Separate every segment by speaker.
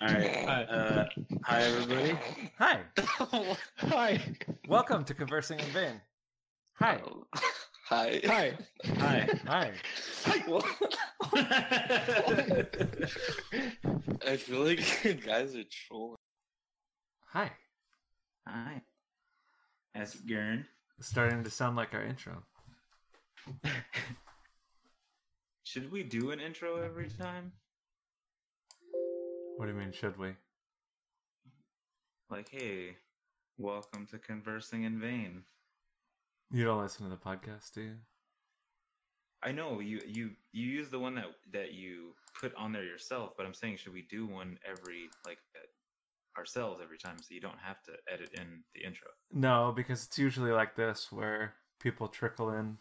Speaker 1: All right.
Speaker 2: Hi.
Speaker 1: Uh, hi, everybody.
Speaker 3: Hi,
Speaker 2: Hi. Oh.
Speaker 3: welcome to Conversing in Vain. Hi,
Speaker 1: Oh.
Speaker 4: Hi.
Speaker 2: Hi.
Speaker 1: Hi.
Speaker 3: hi.
Speaker 4: I feel like you guys are trolling.
Speaker 3: Hi.
Speaker 1: hi. That's Gern.
Speaker 3: Starting to sound like our intro.
Speaker 1: Should we do an intro every time?
Speaker 3: What do you mean, should we?
Speaker 1: Like, hey, welcome to Conversing in Vain.
Speaker 3: You don't listen to the podcast, do you?
Speaker 1: I know you you you use the one that that you put on there yourself, but I'm saying should we do one every like uh, ourselves every time so you don't have to edit in the intro.
Speaker 3: No, because it's usually like this where people trickle in,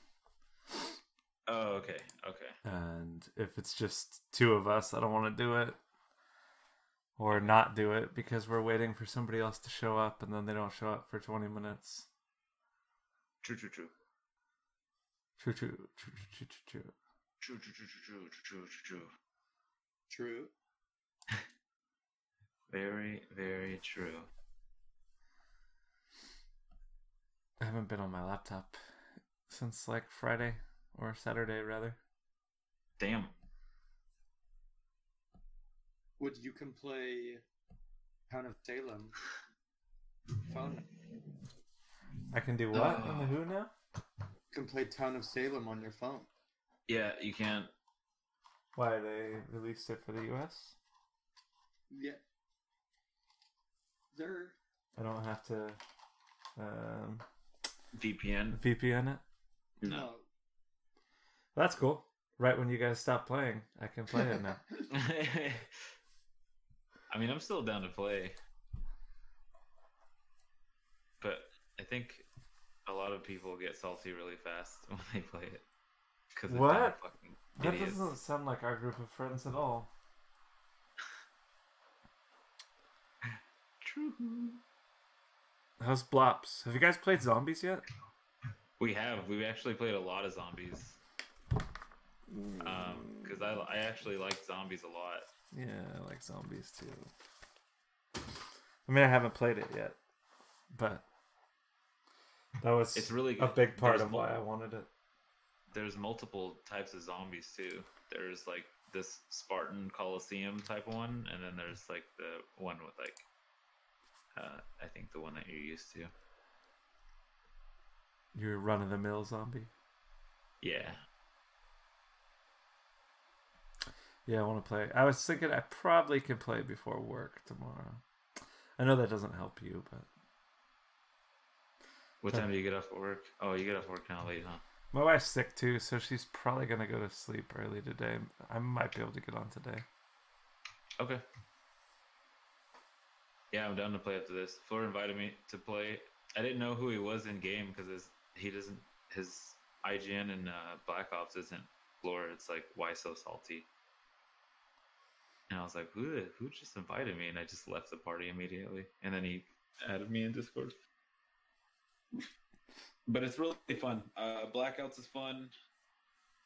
Speaker 1: Oh, okay. Okay.
Speaker 3: and if it's just two of us, I don't want to do it or not do it because we're waiting for somebody else to show up and then they don't show up for 20 minutes.
Speaker 1: True, true, true.
Speaker 3: Choo choo choo choo choo choo.
Speaker 1: True, true, true, true, true, true, true, true, true.
Speaker 2: True.
Speaker 1: Very, very true.
Speaker 3: I haven't been on my laptop since like Friday or Saturday rather.
Speaker 1: Damn.
Speaker 2: Would you can play Town of Salem? Phone.
Speaker 3: I can do what in
Speaker 1: Oh.
Speaker 3: the Who now?
Speaker 2: You can play Town of Salem on your phone.
Speaker 1: Yeah, you can't.
Speaker 3: Why they released it for the U.S.
Speaker 2: Yeah. There.
Speaker 3: I don't have to um,
Speaker 1: VPN?
Speaker 3: VPN it.
Speaker 1: No.
Speaker 3: That's cool. Right when you guys stop playing, I can play it now.
Speaker 1: I mean, I'm still down to play. But I think a lot of people get salty really fast when they play it. Cause they're dumb
Speaker 3: What?
Speaker 1: Fucking
Speaker 3: that
Speaker 1: idiots.
Speaker 3: doesn't sound like our group of friends at all.
Speaker 1: True.
Speaker 3: How's Blops? Have you guys played Zombies yet?
Speaker 1: We have. We've actually played a lot of zombies. Um, because I, I actually like zombies a lot.
Speaker 3: Yeah, I like Zombies too. I mean, I haven't played it yet, but that was
Speaker 1: It's really
Speaker 3: a
Speaker 1: good.
Speaker 3: big part
Speaker 1: There's
Speaker 3: of why
Speaker 1: mul-
Speaker 3: I wanted it.
Speaker 1: There's multiple types of zombies too. There's like this Spartan Colosseum type one, and then there's like the one with like, uh, I think the one that you're used to.
Speaker 3: You're a run of the mill zombie.
Speaker 1: Yeah.
Speaker 3: Yeah, I want to play. I was thinking I probably can play before work tomorrow. I know that doesn't help you, but
Speaker 1: What
Speaker 3: Huh.
Speaker 1: time do you get off work? Oh, you get off work kind of late, huh?
Speaker 3: my wife's sick too, so she's probably gonna go to sleep early today. I might be able to get on today.
Speaker 1: Okay. Yeah, I'm down to play after this. Floor invited me to play. I didn't know who he was in game because he doesn't. His IGN and uh, Black Ops isn't Floor. It's like why so salty. And I was like, who the- who just invited me? And I just left the party immediately. And then he added me in Discord. but it's really fun. Uh, Blackouts is fun.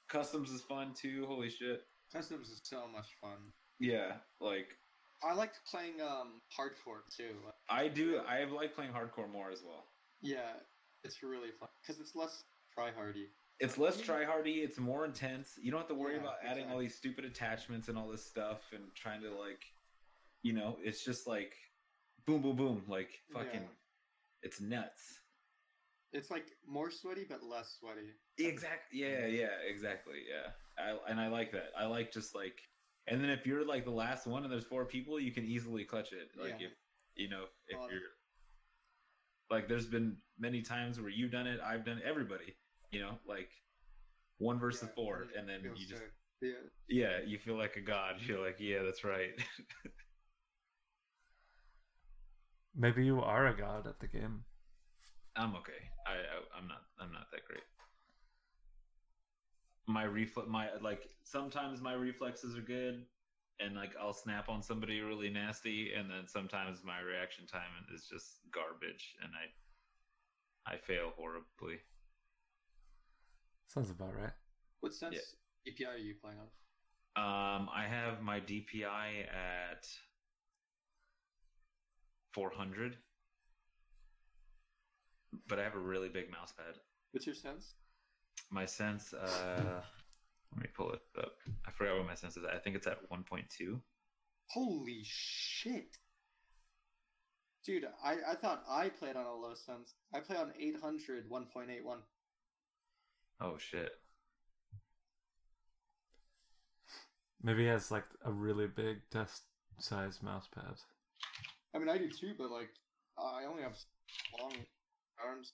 Speaker 1: Customs is fun too. Holy shit!
Speaker 2: Customs is so much fun.
Speaker 1: Yeah, like
Speaker 2: I liked playing um hardcore too.
Speaker 1: I do. I like playing hardcore more as well.
Speaker 2: Yeah, it's really fun because it's less tryhardy.
Speaker 1: It's less tryhardy. It's more intense. You don't have to worry
Speaker 2: Yeah,
Speaker 1: about adding all these stupid attachments and all this stuff and trying to like, you know, it's just like, boom, boom, boom, like fucking,
Speaker 2: Yeah.
Speaker 1: it's nuts.
Speaker 2: It's like more sweaty but less sweaty.
Speaker 1: Exactly. Yeah. Yeah. Exactly. Yeah. I, and I like that. I like just like, and then if you're like the last one and there's four people, you can easily clutch it. Like
Speaker 2: Yeah.
Speaker 1: if you know if
Speaker 2: Um,
Speaker 1: you're like, there's been many times where you've done it, I've done it, everybody. You know, like one versus
Speaker 2: Yeah,
Speaker 1: four,
Speaker 2: it
Speaker 1: and then
Speaker 2: feels
Speaker 1: you just
Speaker 2: good. yeah.
Speaker 1: yeah, you feel like a god. You're like yeah, that's right.
Speaker 3: Maybe you are a god at the game.
Speaker 1: I'm okay. I, I I'm not I'm not that great. My reflex, my like sometimes my reflexes are good, and like I'll snap on somebody really nasty, and then sometimes my reaction time is just garbage, and I I fail horribly.
Speaker 3: Sounds about right.
Speaker 2: What sense API are you playing on?
Speaker 1: Um, I have my DPI at 400, but I have a really big mouse pad.
Speaker 2: What's your sense?
Speaker 1: My sense, uh, let me pull it up. I forgot what my sense is. I think it's at 1.2.
Speaker 2: Holy shit. Dude, I, I thought I played on a low sense. I play on 800 1.81.
Speaker 1: Oh shit.
Speaker 3: Maybe he has like a really big desk size mouse pad.
Speaker 2: I mean, I do too, but like, I only have long arms.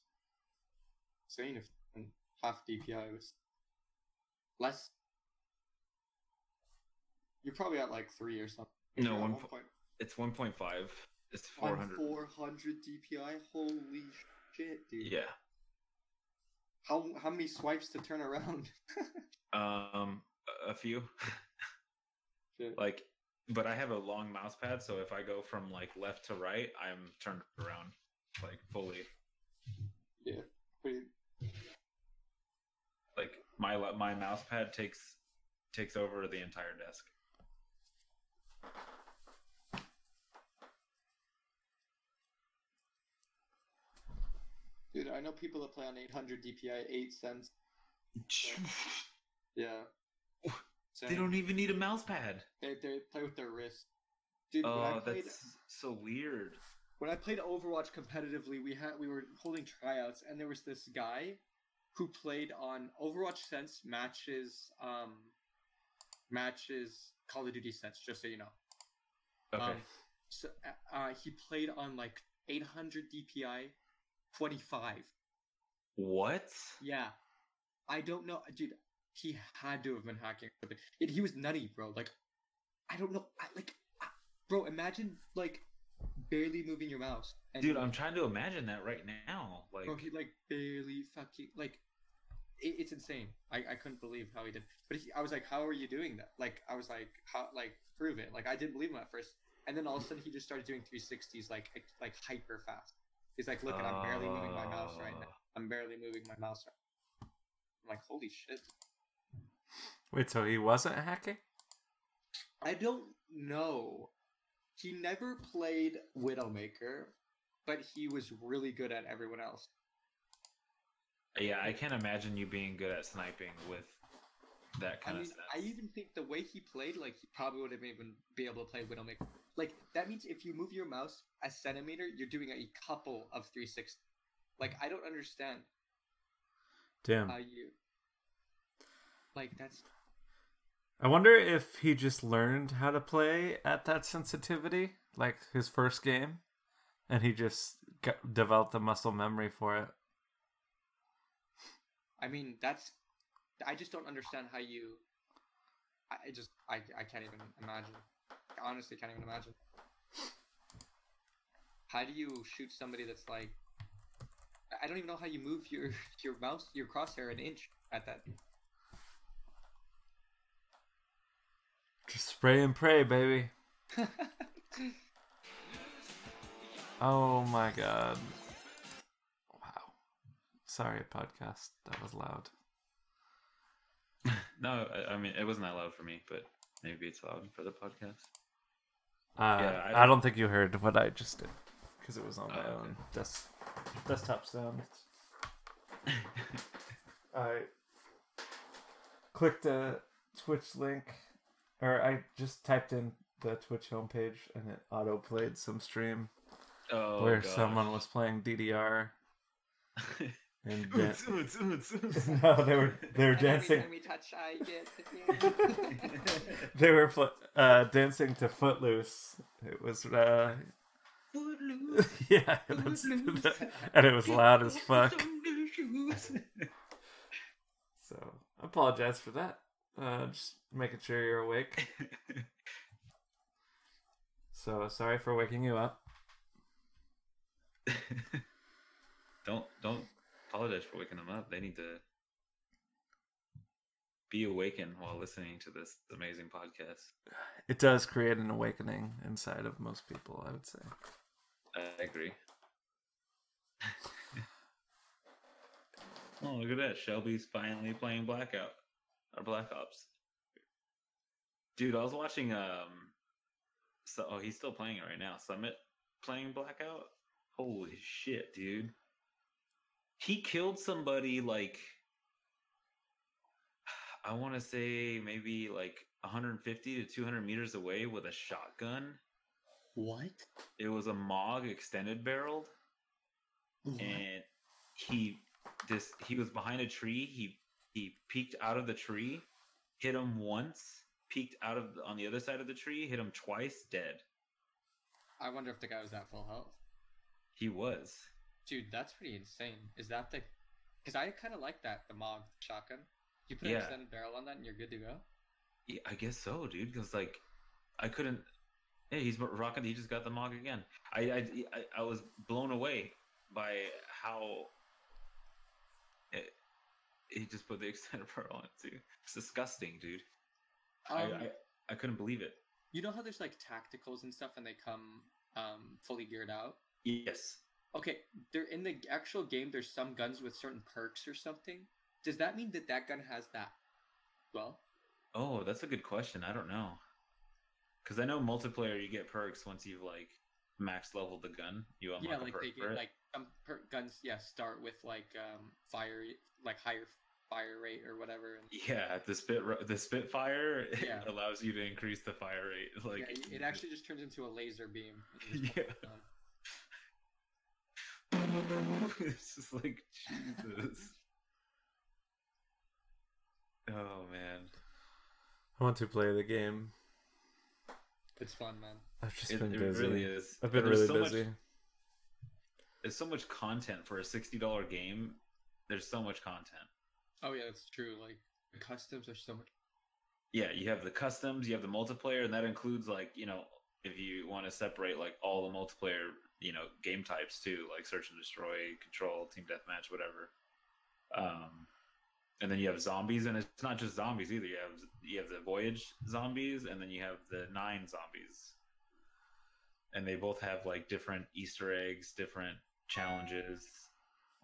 Speaker 2: Saying if and half DPI was less. You're probably at like three or something.
Speaker 1: No,
Speaker 2: You're at
Speaker 1: one
Speaker 2: one
Speaker 1: po-
Speaker 2: point
Speaker 1: It's 1.5. It's
Speaker 2: on
Speaker 1: 400.
Speaker 2: 400 DPI. Holy shit, dude!
Speaker 1: Yeah.
Speaker 2: How how many swipes to turn around?
Speaker 1: Um, a- a few.
Speaker 2: Shit.
Speaker 1: like, but I have a long mouse pad, so if I go from like left to right, I'm turned around, like fully.
Speaker 2: Pretty-
Speaker 1: Like my le- my mouse pad takes takes over the entire desk.
Speaker 2: Dude, I know people that play on 800 DPI, eight cents. Yeah. Same.
Speaker 1: They don't even need a mouse pad.
Speaker 2: They, they play with their wrist. Dude, when I
Speaker 1: Oh,
Speaker 2: played
Speaker 1: that's so weird.
Speaker 2: when I played Overwatch competitively, we had we were holding tryouts, and there was this guy who played on Overwatch Sense matches um matches Call of Duty Sense. Just so you know,
Speaker 1: Okay.
Speaker 2: um, so uh, uh, he played on like 800 DPI, 25.
Speaker 1: what?
Speaker 2: Yeah, I don't know, dude. He had to have been hacking. or something. And he was nutty, bro. Like, I don't know. I, like, I- bro, imagine like barely moving your mouse. And
Speaker 1: Dude, I'm trying to imagine that right now. Like,
Speaker 2: Bro, he like barely fucking like it, it's insane. I, I couldn't believe how he did. But he, I was like, how are you doing that? Like I was like, how like prove it. Like I didn't believe him at first, and then all of a sudden he just started doing 360s like ex- like hyper fast. He's like, look, at I'm barely moving my mouse right now.
Speaker 1: Oh.
Speaker 2: I'm barely moving my mouse. Right. I'm like, holy shit.
Speaker 3: Wait, so he wasn't hacking?
Speaker 2: I don't know. He never played Widowmaker, but he was really good at everyone else.
Speaker 1: uh, Yeah, I can't imagine you being good at sniping with that
Speaker 2: I
Speaker 1: kind
Speaker 2: mean,
Speaker 1: of stuff.
Speaker 2: I even think the way he played, like he probably would have even be able to play Widowmaker. Like that means if you move your mouse a centimeter, you're doing a couple of 360. Like I don't understand
Speaker 3: Damn.
Speaker 2: how you. Like that's
Speaker 3: I wonder if he just learned how to play at that sensitivity, like his first game, and he just got, developed the muscle memory for it.
Speaker 2: I mean that's I just don't understand how you. I I just I I can't even imagine. I honestly can't even imagine. How do you shoot somebody that's like? I- I don't even know how you move your your mouse your crosshair an inch at that
Speaker 3: Just spray and pray, baby. Oh my god. Wow. Sorry, podcast. That was loud.
Speaker 1: No, I, I mean it wasn't that loud for me, but maybe it's loud for the podcast.
Speaker 3: Uh,
Speaker 1: Yeah,
Speaker 3: I,
Speaker 1: I-
Speaker 3: don't think you heard what I just did because it was on my
Speaker 1: Oh, okay.
Speaker 3: own desk, desktop sound. I clicked a Twitch link, or I just typed in the Twitch homepage and it auto played some stream
Speaker 1: Oh,
Speaker 3: where
Speaker 1: gosh.
Speaker 3: someone was playing DDR and dan-
Speaker 1: Oots, oots, oots, oots.
Speaker 3: no, they were they were
Speaker 2: And every
Speaker 3: dancing
Speaker 2: time we touch, I get the feeling.
Speaker 3: they were fl- uh, dancing to Footloose. It was uh, yeah, that's, and it was loud as fuck. So I apologize for that. Uh, just making sure you're awake. So sorry for waking you up.
Speaker 1: don't don't apologize for waking them up. They need to be awakened while listening to this amazing podcast.
Speaker 3: It does create an awakening inside of most people, I would say.
Speaker 1: I agree. oh, look at that. Shelby's finally playing Blackout or Black Ops. Dude, I was watching um so oh, he's still playing it right now. Summit playing Blackout. Holy shit, dude! He killed somebody like I want to say maybe like 150 to 200 meters away with a shotgun.
Speaker 2: What?
Speaker 1: It was a Mog extended barreled, and he this he was behind a tree. He he peeked out of the tree, hit him once, peeked out of on the other side of the tree, hit him twice, dead.
Speaker 2: I wonder if the guy was at full health.
Speaker 1: He was.
Speaker 2: Dude, that's pretty insane. Is that the? Because I kind of like that the mog shotgun. You put
Speaker 1: Yeah.
Speaker 2: an extended barrel on that, and you're good to go.
Speaker 1: Yeah, I guess so, dude. Because like, I couldn't. Yeah, he's rocking. He just got the mog again. I I I, I was blown away by how it, he just put the extended pearl on it too. It's disgusting, dude. I,
Speaker 2: Um,
Speaker 1: I I couldn't believe it.
Speaker 2: you know how there's like tacticals and stuff, and they come um, fully geared out.
Speaker 1: Yes.
Speaker 2: Okay, they're in the actual game. There's some guns with certain perks or something. Does that mean that that gun has that? Well,
Speaker 1: Oh, that's a good question. I don't know. Because I know multiplayer, you get perks once you've like max leveled the gun. You unlock
Speaker 2: yeah,
Speaker 1: a
Speaker 2: like
Speaker 1: perk
Speaker 2: they
Speaker 1: for
Speaker 2: get
Speaker 1: it.
Speaker 2: like some perk guns. Yeah, start with like um, fire, like higher fire rate or whatever. And,
Speaker 1: yeah, the spit ro- the Spitfire it
Speaker 2: Yeah.
Speaker 1: allows you to increase the fire rate. Like
Speaker 2: yeah, it- it actually just turns into a laser beam.
Speaker 1: yeah. it's just like Jesus. oh man,
Speaker 3: I want to play the game.
Speaker 2: It's fun, man.
Speaker 3: I've just
Speaker 1: it,
Speaker 3: been
Speaker 1: it
Speaker 3: busy.
Speaker 1: really is.
Speaker 3: I've been
Speaker 1: There's
Speaker 3: really
Speaker 1: so much-
Speaker 3: busy.
Speaker 1: there's so much content for a sixty dollar game. There's so much content.
Speaker 2: Oh yeah, that's true. Like the customs are so much.
Speaker 1: Yeah, you have the customs, you have the multiplayer, and that includes like you know if you want to separate like all the multiplayer you know game types too, like search and destroy, control, team deathmatch, whatever. Um, and then you have zombies, and it's not just zombies either. You have you have the voyage zombies, and then you have the nine zombies, and they both have like different Easter eggs, different challenges,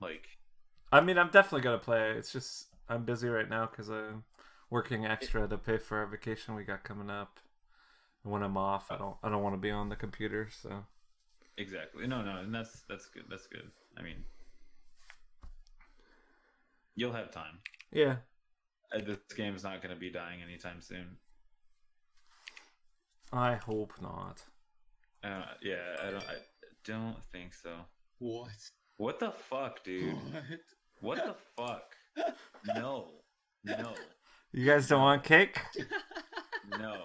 Speaker 1: like
Speaker 3: I mean, I'm definitely gonna play. it. It's just I'm busy right now because I'm working extra to pay for a vacation we got coming up. And when I'm off, I don't I don't want to be on the computer. So
Speaker 1: Exactly. No, no, and that's that's good. That's good. I mean, you'll have time.
Speaker 3: yeah,
Speaker 1: Uh, This game's not going to be dying anytime soon.
Speaker 3: I hope not.
Speaker 1: Uh, yeah, I don't. I don't think so.
Speaker 2: What?
Speaker 1: What the fuck, dude? What the fuck? No, no,
Speaker 3: You guys don't want cake?
Speaker 1: no.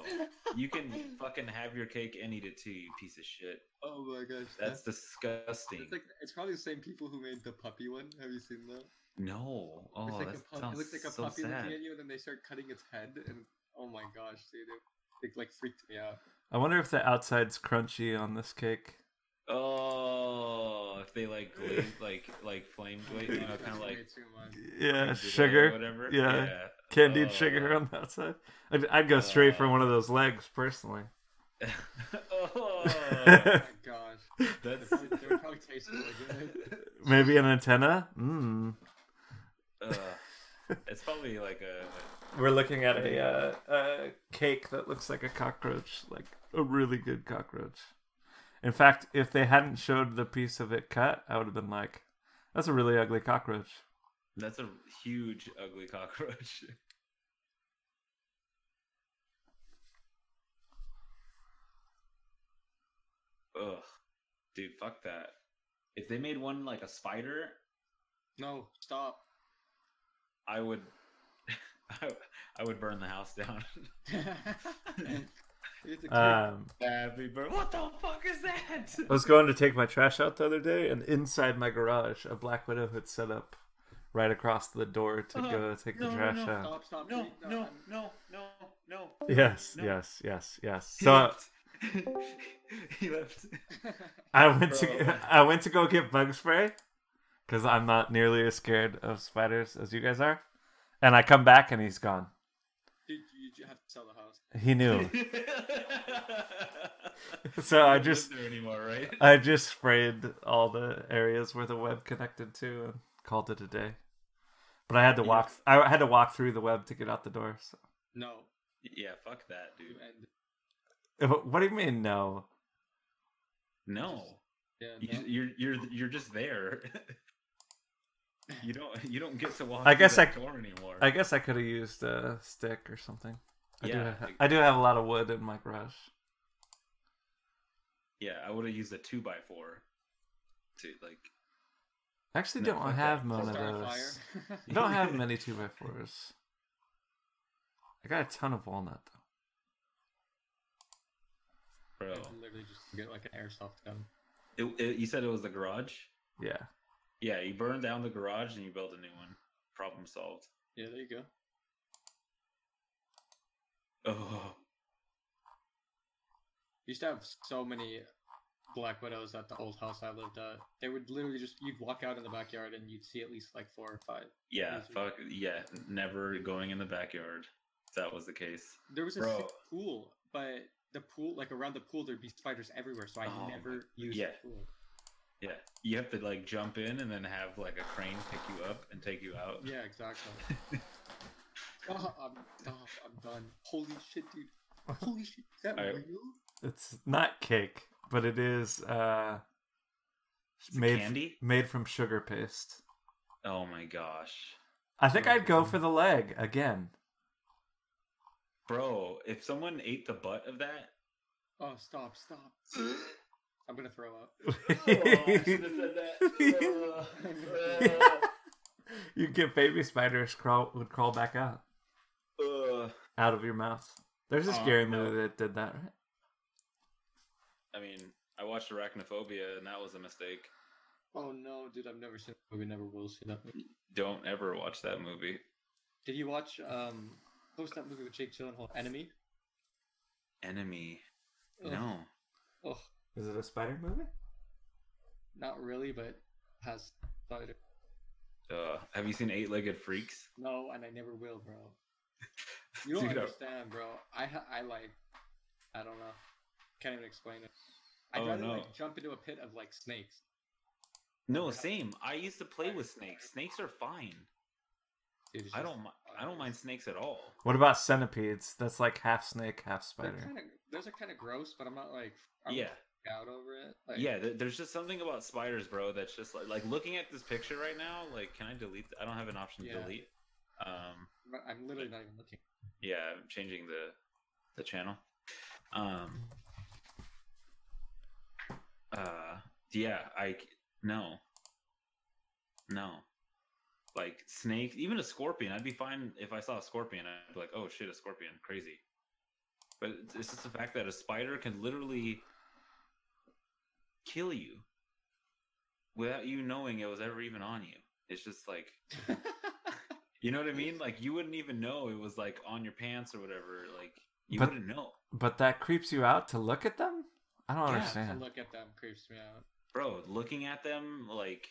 Speaker 1: You can fucking have your cake and eat it too, you piece of shit.
Speaker 2: Oh my gosh.
Speaker 1: That's disgusting.
Speaker 2: It's like it's probably the same people who made the puppy one. Have you seen that?
Speaker 1: No. Oh,
Speaker 2: it's like
Speaker 1: that
Speaker 2: a pup-
Speaker 1: sounds
Speaker 2: it looks like a
Speaker 1: so
Speaker 2: puppy
Speaker 1: sad.
Speaker 2: looking at you, and then they start cutting its head, and oh my gosh, dude, it, it like freaked me out.
Speaker 3: I wonder if the outside's crunchy on this cake.
Speaker 1: Oh, if they like glaze, like like flame glaze, you know,
Speaker 2: That's
Speaker 1: kind of like
Speaker 2: way too much.
Speaker 3: Yeah,
Speaker 1: Kinda
Speaker 3: sugar,
Speaker 1: whatever.
Speaker 3: Yeah.
Speaker 1: Oh.
Speaker 3: candied sugar on the outside. I'd, I'd go straight
Speaker 1: Uh.
Speaker 3: for one of those legs personally.
Speaker 1: Yeah. oh,
Speaker 2: Oh my gosh,
Speaker 1: that's
Speaker 2: They probably- they would probably taste really good.
Speaker 3: Maybe an antenna. Mm.
Speaker 1: uh, it's probably like a
Speaker 3: We're looking at a, uh, a cake that looks like a cockroach, like a really good cockroach. In fact, if they hadn't showed the piece of it cut, I would have been like, "That's a really ugly cockroach."
Speaker 1: that's a huge ugly cockroach. Ugh, dude, fuck that. If they made one like a spider,
Speaker 2: No, stop.
Speaker 1: I would, I, I would burn the house down.
Speaker 2: it's a
Speaker 1: Uh,
Speaker 3: Um,
Speaker 1: Happy birthday! What the fuck is that?
Speaker 3: I was going to take my trash out the other day, and inside my garage, a black widow had set up right across the door to go take the
Speaker 1: Uh-huh. no,
Speaker 3: trash
Speaker 1: no,
Speaker 3: out.
Speaker 2: stop, stop.
Speaker 1: No,
Speaker 2: please,
Speaker 1: no,
Speaker 2: I'm-
Speaker 1: no, no, no.
Speaker 3: Yes,
Speaker 1: No.
Speaker 3: yes, yes, yes.
Speaker 1: He
Speaker 3: So I-
Speaker 1: left. he left.
Speaker 3: I went to
Speaker 1: Bro.
Speaker 3: I went to go get bug spray because I'm not nearly as scared of spiders as you guys are, and I come back and he's gone.
Speaker 2: Dude, you, you have to sell the house.
Speaker 3: He knew, so I
Speaker 1: He doesn't
Speaker 3: just
Speaker 1: live there anymore, right?
Speaker 3: I just sprayed all the areas where the web connected to and called it a day. But I had to
Speaker 1: Yeah.
Speaker 3: walk. I had to walk through the web to get out the door. So.
Speaker 2: No,
Speaker 1: yeah, fuck that, dude.
Speaker 2: you end.
Speaker 3: But What do you mean no?
Speaker 1: No,
Speaker 2: Yeah,
Speaker 1: You,
Speaker 2: no.
Speaker 1: You're you're you're just there. you don't you don't get to walk.
Speaker 3: I guess
Speaker 1: through
Speaker 3: I
Speaker 1: that door anymore.
Speaker 3: I guess I could have used a stick or something. I do
Speaker 1: Yeah,
Speaker 3: have,
Speaker 1: I-
Speaker 3: I do have a lot of wood in my garage.
Speaker 1: yeah, I would have used a two by four. To like,
Speaker 3: I actually
Speaker 1: No,
Speaker 3: don't
Speaker 1: fuck
Speaker 3: have
Speaker 1: that.
Speaker 3: none of
Speaker 2: Start a
Speaker 3: those.
Speaker 2: fire.
Speaker 3: I don't have many two by fours. I got a ton of walnut though.
Speaker 1: bro,
Speaker 2: I could literally just get like an airsoft gun.
Speaker 1: it, it, you said it was the garage.
Speaker 3: Yeah.
Speaker 1: Yeah, you burn down the garage and you build a new one. Problem solved.
Speaker 2: Yeah, there you go.
Speaker 1: Oh,
Speaker 2: You used to have so many black widows at the old house I lived at. They would literally just you'd walk out in the backyard and you'd see at least like four or five.
Speaker 1: yeah,
Speaker 2: Easy.
Speaker 1: fuck yeah. Never going in the backyard. If that was the case.
Speaker 2: There was a
Speaker 1: Bro.
Speaker 2: sick pool, but the pool like around the pool there'd be spiders everywhere, so I
Speaker 1: Oh my-
Speaker 2: never used
Speaker 1: yeah.
Speaker 2: the pool.
Speaker 1: Yeah, you have to like jump in and then have like a crane pick you up and take you out.
Speaker 2: Yeah, exactly. oh, I'm, oh, I'm done. Holy shit, dude. Holy shit, is that
Speaker 1: I-
Speaker 2: real?
Speaker 3: It's not cake, but it is uh
Speaker 1: It's a
Speaker 3: made
Speaker 1: candy.
Speaker 3: made from sugar paste.
Speaker 1: Oh my gosh.
Speaker 3: I think
Speaker 1: Oh,
Speaker 3: I'd go
Speaker 1: yeah.
Speaker 3: for the leg again.
Speaker 1: Bro, if someone ate the butt of that,
Speaker 2: Oh, stop, stop. I'm gonna throw up.
Speaker 3: you get baby spiders crawl would crawl back out
Speaker 1: Ugh.
Speaker 3: out of your mouth. There's a
Speaker 1: Oh,
Speaker 3: scary
Speaker 1: no.
Speaker 3: movie that did that, right?
Speaker 1: I mean, I watched Arachnophobia and that was a mistake.
Speaker 2: Oh no, dude, I've never seen that movie, never will see that movie.
Speaker 1: Don't ever watch that movie.
Speaker 2: Did you watch um what was that movie with Jake Gyllenhaal? Enemy?
Speaker 1: Enemy.
Speaker 2: Ugh.
Speaker 1: No.
Speaker 2: Ugh,
Speaker 3: Is it a spider movie?
Speaker 2: not really, but has spider.
Speaker 1: Uh, have you seen Eight Legged Freaks?
Speaker 2: No, and I never will, bro. You don't
Speaker 1: Dude, I-
Speaker 2: understand, bro. I ha- I like, I don't know. Can't even explain it. I'd
Speaker 1: Oh,
Speaker 2: rather
Speaker 1: no.
Speaker 2: like jump into a pit of like snakes.
Speaker 1: No, same. I used to play with snakes. Snakes are fine.
Speaker 2: Dude, it's
Speaker 1: I
Speaker 2: just-
Speaker 1: don't. mi- I don't mind snakes at all.
Speaker 3: What about centipedes? That's like half snake, half
Speaker 2: They're
Speaker 3: spider.
Speaker 2: kind of those are kind of gross, but I'm not like I'm
Speaker 1: Yeah,
Speaker 2: out over it. Like,
Speaker 1: yeah. th- There's just something about spiders, bro. That's just like, like looking at this picture right now. Like, can I delete? th- I don't have an option to
Speaker 2: Yeah.
Speaker 1: delete. Um,
Speaker 2: but I'm literally not even looking.
Speaker 1: yeah, I'm changing the the channel. Um. Uh. Yeah. I c- no. No. Like snakes, even a scorpion. I'd be fine if I saw a scorpion. I'd be like, "Oh shit, a scorpion, crazy." But it's- it's just the fact that a spider can literally kill you without you knowing it was ever even on you. It's just like you know what I mean? Like you wouldn't even know it was like on your pants or whatever. Like you
Speaker 3: But-
Speaker 1: wouldn't know,
Speaker 3: But that creeps you out to look at them? I don't
Speaker 1: Yeah,
Speaker 2: I
Speaker 3: understand.
Speaker 2: look at them creeps me out.
Speaker 1: bro. Looking at them, like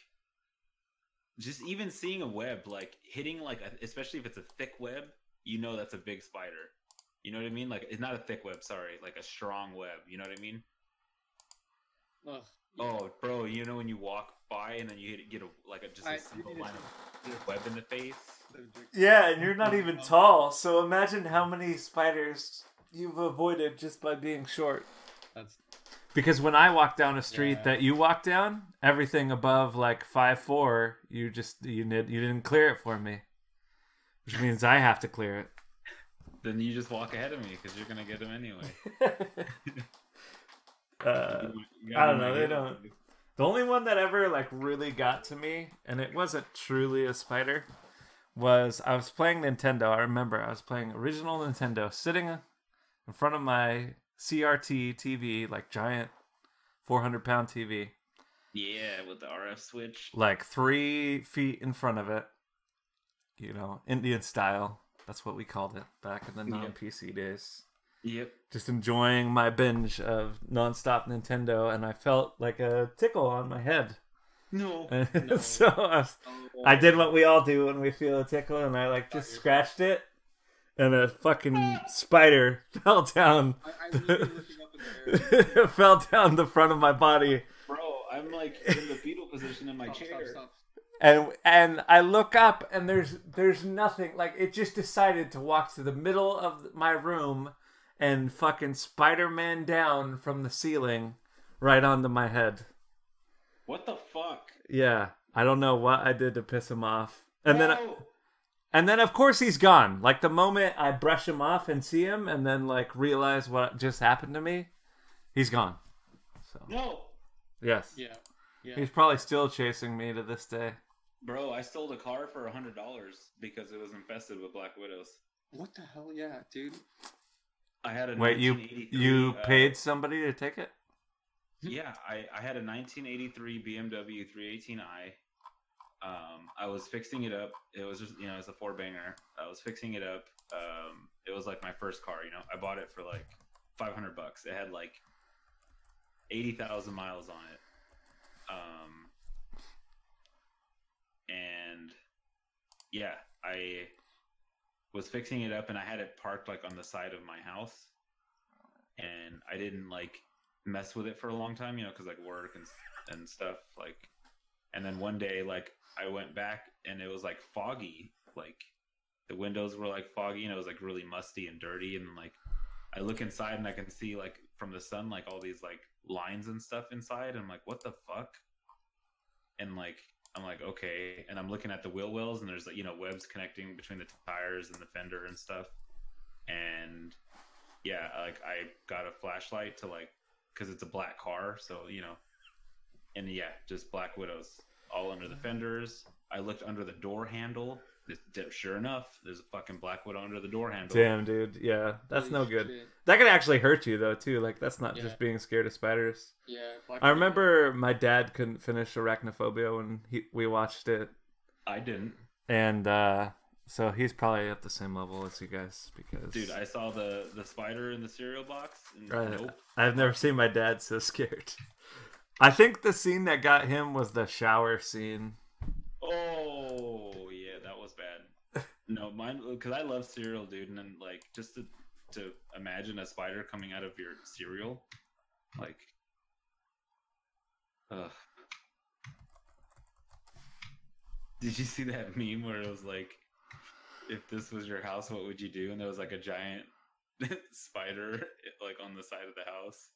Speaker 1: just even seeing a web, like hitting, like a- especially if it's a thick web, you know that's a big spider. You know what I mean? Like it's not a thick web, sorry, like a strong web. You know what I mean?
Speaker 2: Ugh.
Speaker 1: Oh, bro, you know when you walk by and then you hit, get a like a, just
Speaker 2: I-
Speaker 1: a simple line of web in the face.
Speaker 3: Yeah, and you're not even tall, so imagine how many spiders you've avoided just by being short.
Speaker 2: That's
Speaker 3: Because when I walk down a street
Speaker 2: Yeah.
Speaker 3: that you walk down, everything above like five four, you just you did you didn't clear it for me, which means I have to clear
Speaker 1: Then you just walk ahead of me because you're gonna get them anyway.
Speaker 3: it. uh, I don't know, they don't- the only one that ever like really got to me, and it wasn't truly a spider, was I was playing Nintendo. I remember I was playing original Nintendo, sitting in front of my CRT TV, like giant, four hundred pound TV.
Speaker 1: Yeah, with the RF switch.
Speaker 3: like three feet in front of it. You know, Indian style. That's what we called it back in the
Speaker 1: Yeah.
Speaker 3: non PC days.
Speaker 1: Yep.
Speaker 3: Just enjoying my binge of nonstop Nintendo, and I felt like a tickle on my head.
Speaker 1: No.
Speaker 3: And
Speaker 2: No.
Speaker 3: so I, was-
Speaker 2: oh,
Speaker 3: I did what we all do when we feel a tickle, and I like just
Speaker 2: You're-
Speaker 3: scratched it, and a fucking spider fell down,
Speaker 2: I, I was literally looking up in the air.
Speaker 3: fell down the front of my body,
Speaker 1: Bro, I'm like in the fetal position in my
Speaker 2: Stop,
Speaker 1: chair.
Speaker 2: stop, stop.
Speaker 3: and and I look up and there's there's nothing like it just decided to walk to the middle of my room and fucking Spider-Man down from the ceiling right onto my head.
Speaker 1: What the fuck?
Speaker 3: Yeah, I don't know what I did to piss him off. And then
Speaker 2: No!
Speaker 3: and then of course he's gone. Like the moment I brush him off and see him and then like realize what just happened to me, he's gone. So,
Speaker 1: No,
Speaker 3: yes.
Speaker 2: yeah, yeah.
Speaker 3: He's probably still chasing me to this day.
Speaker 1: bro, I stole the car for a hundred dollars because it was infested with black widows.
Speaker 2: What the hell? Yeah, dude.
Speaker 1: I had a
Speaker 3: Wait, you
Speaker 1: 1983,
Speaker 3: you
Speaker 1: uh,
Speaker 3: paid somebody to take it?
Speaker 1: Yeah, I, I had a 1983 BMW 318i. Um, I was fixing it up. It was just you know it's a four banger. I was fixing it up. Um, it was like my first car. You know, I bought it for like 500 bucks. It had like 80,000 miles on it. Um, and yeah, I was fixing it up, and I had it parked like on the side of my house, and I didn't like mess with it for a long time, you know, because like work and and stuff. Like, and then one day, like I went back and it was like foggy, like the windows were like foggy and it was like really musty and dirty. And like I look inside and I can see like from the sun like all these like lines and stuff inside. And I'm like, what the fuck? And like I'm like, okay. And I'm looking at the wheel wells and there's like you know webs connecting between the tires and the fender and stuff. And yeah, like I got a flashlight to like because it's a black car. So you know, and yeah, just black widows all under the fenders. I looked under the door handle. This- d- Sure enough, there's a fucking black widow under the door handle.
Speaker 3: Damn, dude. Yeah, that's
Speaker 2: Holy
Speaker 3: no good.
Speaker 2: shit.
Speaker 3: That could actually hurt you though too. Like that's not
Speaker 2: Yeah.
Speaker 3: just being scared of spiders.
Speaker 2: Yeah. Black
Speaker 3: I
Speaker 2: Widow.
Speaker 3: remember my dad couldn't finish Arachnophobia when he, we watched it,
Speaker 1: I didn't,
Speaker 3: and uh, so he's probably at the same level as you guys because
Speaker 1: dude. I saw the the spider in the cereal box. And
Speaker 3: Right.
Speaker 1: Nope.
Speaker 3: I've never seen my dad so scared. I think the scene that got him was the shower scene.
Speaker 1: Oh yeah, that was bad. No, mine because I love cereal, dude, and then like just to to imagine a spider coming out of your cereal, like, ugh. Did you see that meme where it was like, if this was your house, what would you do? And there was like a giant spider like on the side of the house,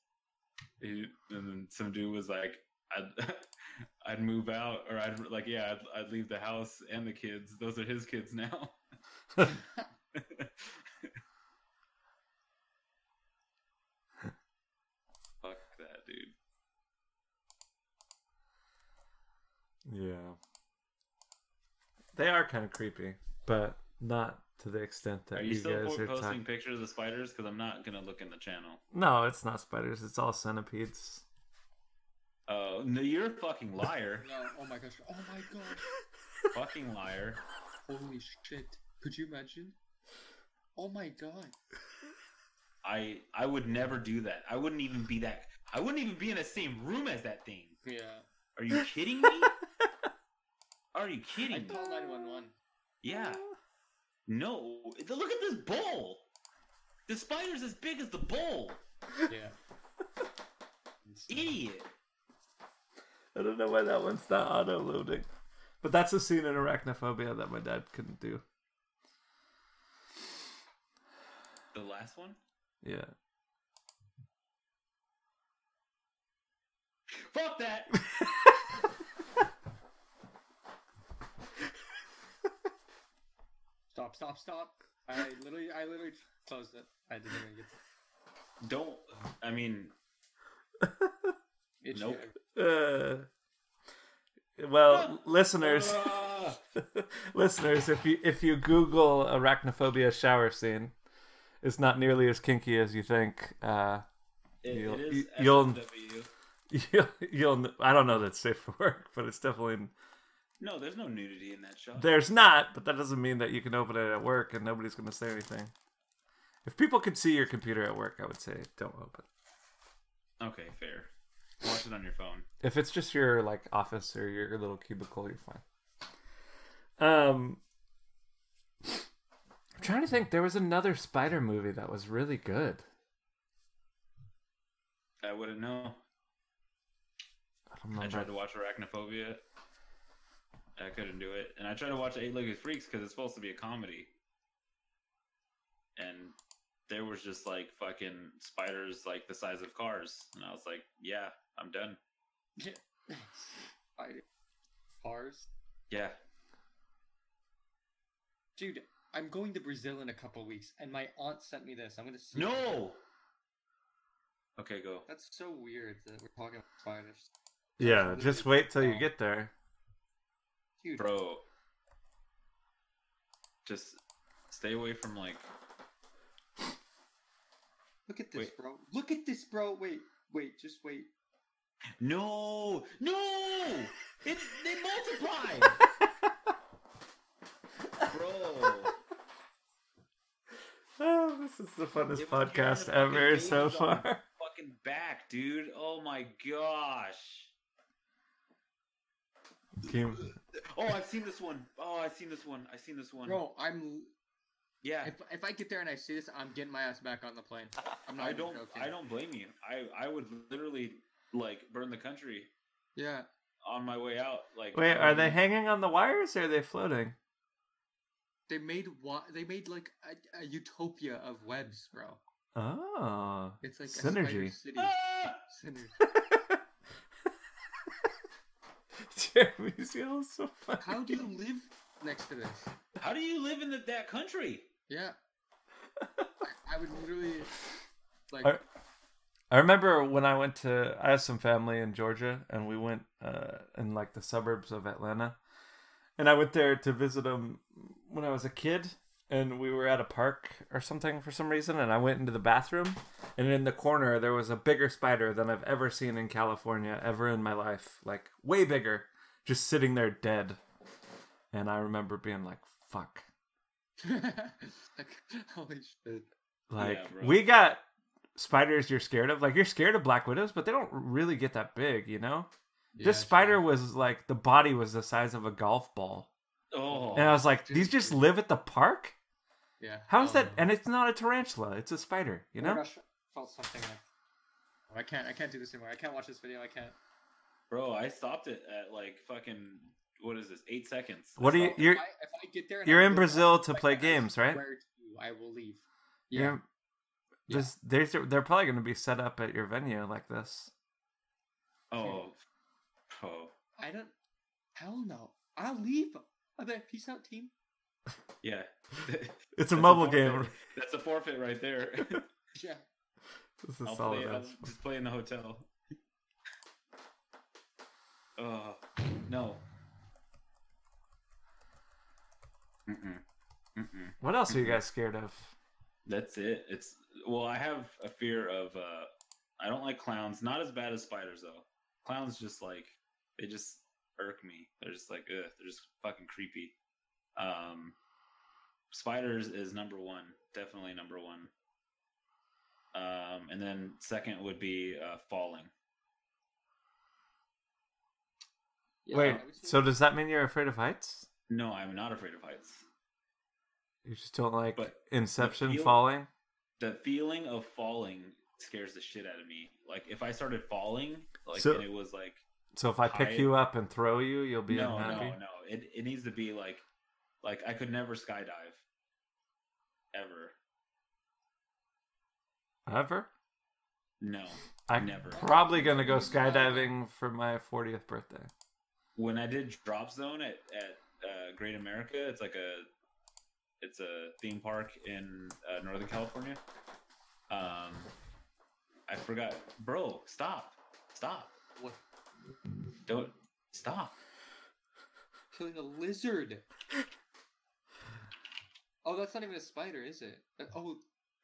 Speaker 1: and then some dude was like, I'd I'd move out or I'd like yeah I'd, I'd leave the house and the kids those are his kids now fuck that dude
Speaker 3: Yeah. They are kind of creepy, but not to the extent that
Speaker 1: are
Speaker 3: you,
Speaker 1: you, still
Speaker 3: guys
Speaker 1: po-
Speaker 3: are
Speaker 1: posting
Speaker 3: talking.
Speaker 1: pictures of spiders because I'm not gonna look in the channel
Speaker 3: No, it's not spiders. It's all centipedes.
Speaker 1: oh no you're a fucking liar
Speaker 2: No. Oh my gosh. Oh my god.
Speaker 1: fucking liar
Speaker 2: Holy shit. Could you imagine? Oh my god.
Speaker 1: I I would never do that I wouldn't even be that I wouldn't even be in the same room as that thing
Speaker 2: Yeah.
Speaker 1: are you kidding me are you
Speaker 2: I
Speaker 1: kidding me
Speaker 2: call 911.
Speaker 1: yeah
Speaker 3: Uh.
Speaker 1: no look at this bowl the spider's as big as the bowl
Speaker 2: Yeah.
Speaker 1: idiot
Speaker 3: I don't know why that one's not auto loading. But that's a scene in Arachnophobia that my dad couldn't do.
Speaker 1: The last one?
Speaker 3: Yeah.
Speaker 1: Fuck that!
Speaker 2: Stop. Stop. Stop. I literally. I literally closed it. I didn't even get.
Speaker 1: Don't. I mean,
Speaker 2: It's
Speaker 1: Nope.
Speaker 3: Uh, well, listeners,
Speaker 1: ah,
Speaker 3: listeners, if you if you Google arachnophobia shower scene, it's not nearly as kinky as you think. Uh,
Speaker 1: it,
Speaker 3: You'll-
Speaker 1: it is
Speaker 3: you- you'll-
Speaker 1: SFW.
Speaker 3: you'll, you'll I don't know that's safe for work, but it's definitely
Speaker 1: No, there's no nudity in that shot.
Speaker 3: there's not. But that doesn't mean that you can open it at work and nobody's going to say anything. If people could see your computer at work, I would say don't open.
Speaker 1: Okay, fair. Watch it on your phone.
Speaker 3: If it's just your like office or your little cubicle, you're fine. Um I'm trying to think there was another spider movie that was really good.
Speaker 1: I wouldn't know.
Speaker 3: I don't
Speaker 1: I
Speaker 3: remember.
Speaker 1: tried to watch Arachnophobia. I couldn't do it. And I tried to watch Eight Legged Freaks because it's supposed to be a comedy. And there was just like fucking spiders like the size of cars. And I was like, yeah, I'm done.
Speaker 2: Fighting cars,
Speaker 1: Yeah.
Speaker 2: dude. I'm going to Brazil in a couple weeks, and my aunt sent me this. I'm gonna see.
Speaker 1: No. Okay, go.
Speaker 2: That's so weird that we're talking about spiders.
Speaker 3: Yeah, just wait till you get there.
Speaker 2: Dude,
Speaker 1: Bro. Just stay away from like
Speaker 2: look at this,
Speaker 1: wait.
Speaker 2: bro. Look at this, bro. Wait, wait, just wait.
Speaker 1: No! No! It, they multiplied! Bro.
Speaker 3: Oh, this is the funnest
Speaker 1: It was carrying
Speaker 3: podcast
Speaker 1: the fucking
Speaker 3: ever so
Speaker 1: babies on.
Speaker 3: far.
Speaker 1: Fucking back, dude. Oh my gosh.
Speaker 3: Came-
Speaker 1: Oh, I've seen this one. Oh, I've seen this one. I've seen this one.
Speaker 2: Bro, I'm.
Speaker 1: yeah.
Speaker 2: If, if I get there and I see this, I'm getting my ass back on the plane. I'm not
Speaker 1: I
Speaker 2: even
Speaker 1: don't
Speaker 2: joking.
Speaker 1: I don't blame you. I I would literally like burn the country
Speaker 2: Yeah.
Speaker 1: on my way out. Like
Speaker 3: Wait,
Speaker 1: I
Speaker 3: are they
Speaker 1: mean,
Speaker 3: hanging on the wires or are they floating?
Speaker 2: They made wa- They made like a, a utopia of webs, bro.
Speaker 3: Oh.
Speaker 2: It's like a spider
Speaker 3: Synergy.
Speaker 2: city.
Speaker 1: Ah!
Speaker 2: Synergy.
Speaker 3: Jeremy's yelling so funny.
Speaker 2: How do you live next to this?
Speaker 1: How do you live in the, that country?
Speaker 2: Yeah. I, I would literally like.
Speaker 3: Are- I remember when I went to I have some family in Georgia and we went uh, in like the suburbs of Atlanta. And I went there to visit them when I was a kid and we were at a park or something for some reason and I went into the bathroom and in the corner there was a bigger spider than I've ever seen in California ever in my life, like way bigger, just sitting there dead. And I remember being like, fuck.
Speaker 2: like holy shit.
Speaker 3: Like
Speaker 1: Yeah, bro.
Speaker 3: we got spiders you're scared of. Like you're scared of black widows, but they don't really get that big, you know?
Speaker 2: Yeah,
Speaker 3: this spider
Speaker 2: sure.
Speaker 3: was like the body was the size of a golf ball.
Speaker 1: Oh.
Speaker 3: and I was like, these
Speaker 2: dude.
Speaker 3: just live at the park?
Speaker 2: Yeah.
Speaker 3: How is
Speaker 2: Oh,
Speaker 3: that
Speaker 2: no.
Speaker 3: and it's not a tarantula, it's a spider, you
Speaker 2: Oh my
Speaker 3: know?
Speaker 2: gosh, I felt something like. Oh, I can't. I can't do this anymore. I can't watch this video. I can't.
Speaker 1: Bro, I stopped it at like fucking what is this? Eight seconds. I
Speaker 3: What do you
Speaker 1: stopped it.
Speaker 3: you're
Speaker 2: if I, if I get there, and
Speaker 3: you're
Speaker 2: I
Speaker 3: in
Speaker 2: live
Speaker 3: Brazil to
Speaker 2: like
Speaker 3: play
Speaker 2: that, I
Speaker 3: games, right?
Speaker 2: swear to you, I will leave. Yeah.
Speaker 3: you're
Speaker 2: Yeah.
Speaker 3: this there's they're probably gonna be set up at your venue like this.
Speaker 1: Oh. Oh.
Speaker 2: I don't. Hell no. I'll leave. I bet. Peace out, team.
Speaker 1: Yeah. That's
Speaker 3: It's a mobile game.
Speaker 1: forfeit. That's a forfeit right there.
Speaker 2: Yeah.
Speaker 3: This is
Speaker 1: I'll play,
Speaker 3: solid.
Speaker 1: I'll
Speaker 3: ass.
Speaker 1: just play in the hotel. Oh, no. Mm-mm. Mm-mm.
Speaker 3: What else are you guys scared of?
Speaker 1: That's it. It's well, I have a fear of uh I don't like clowns. Not as bad as spiders though. Clowns just like they just irk me. They're just like ugh, they're just fucking creepy. Um spiders is number 1. Definitely number 1. Um and then second would be uh falling.
Speaker 2: Yeah,
Speaker 3: Wait,
Speaker 2: I would say-
Speaker 3: so does that mean you're afraid of heights?
Speaker 1: No, I'm not afraid of heights.
Speaker 3: You just don't like
Speaker 1: But
Speaker 3: Inception
Speaker 1: feel-
Speaker 3: falling?
Speaker 1: The feeling of falling scares the shit out of me. Like if I started falling, like
Speaker 3: So-
Speaker 1: and it was like
Speaker 3: So if I pick
Speaker 1: High-
Speaker 3: you up and throw you, you'll be
Speaker 1: no,
Speaker 3: unhappy.
Speaker 1: no, no. It it needs to be like like I could never skydive. Ever.
Speaker 3: Ever?
Speaker 1: No.
Speaker 3: I
Speaker 1: never.
Speaker 3: Probably gonna go skydiving for my 40th birthday.
Speaker 1: When I did Drop Zone at, at uh, Great America, it's like a it's a theme park in uh, Northern California. Um I forgot. Bro, stop. Stop.
Speaker 2: What?
Speaker 1: Don't stop.
Speaker 2: Killing a lizard. Oh, that's not even a spider, is it? That- Oh,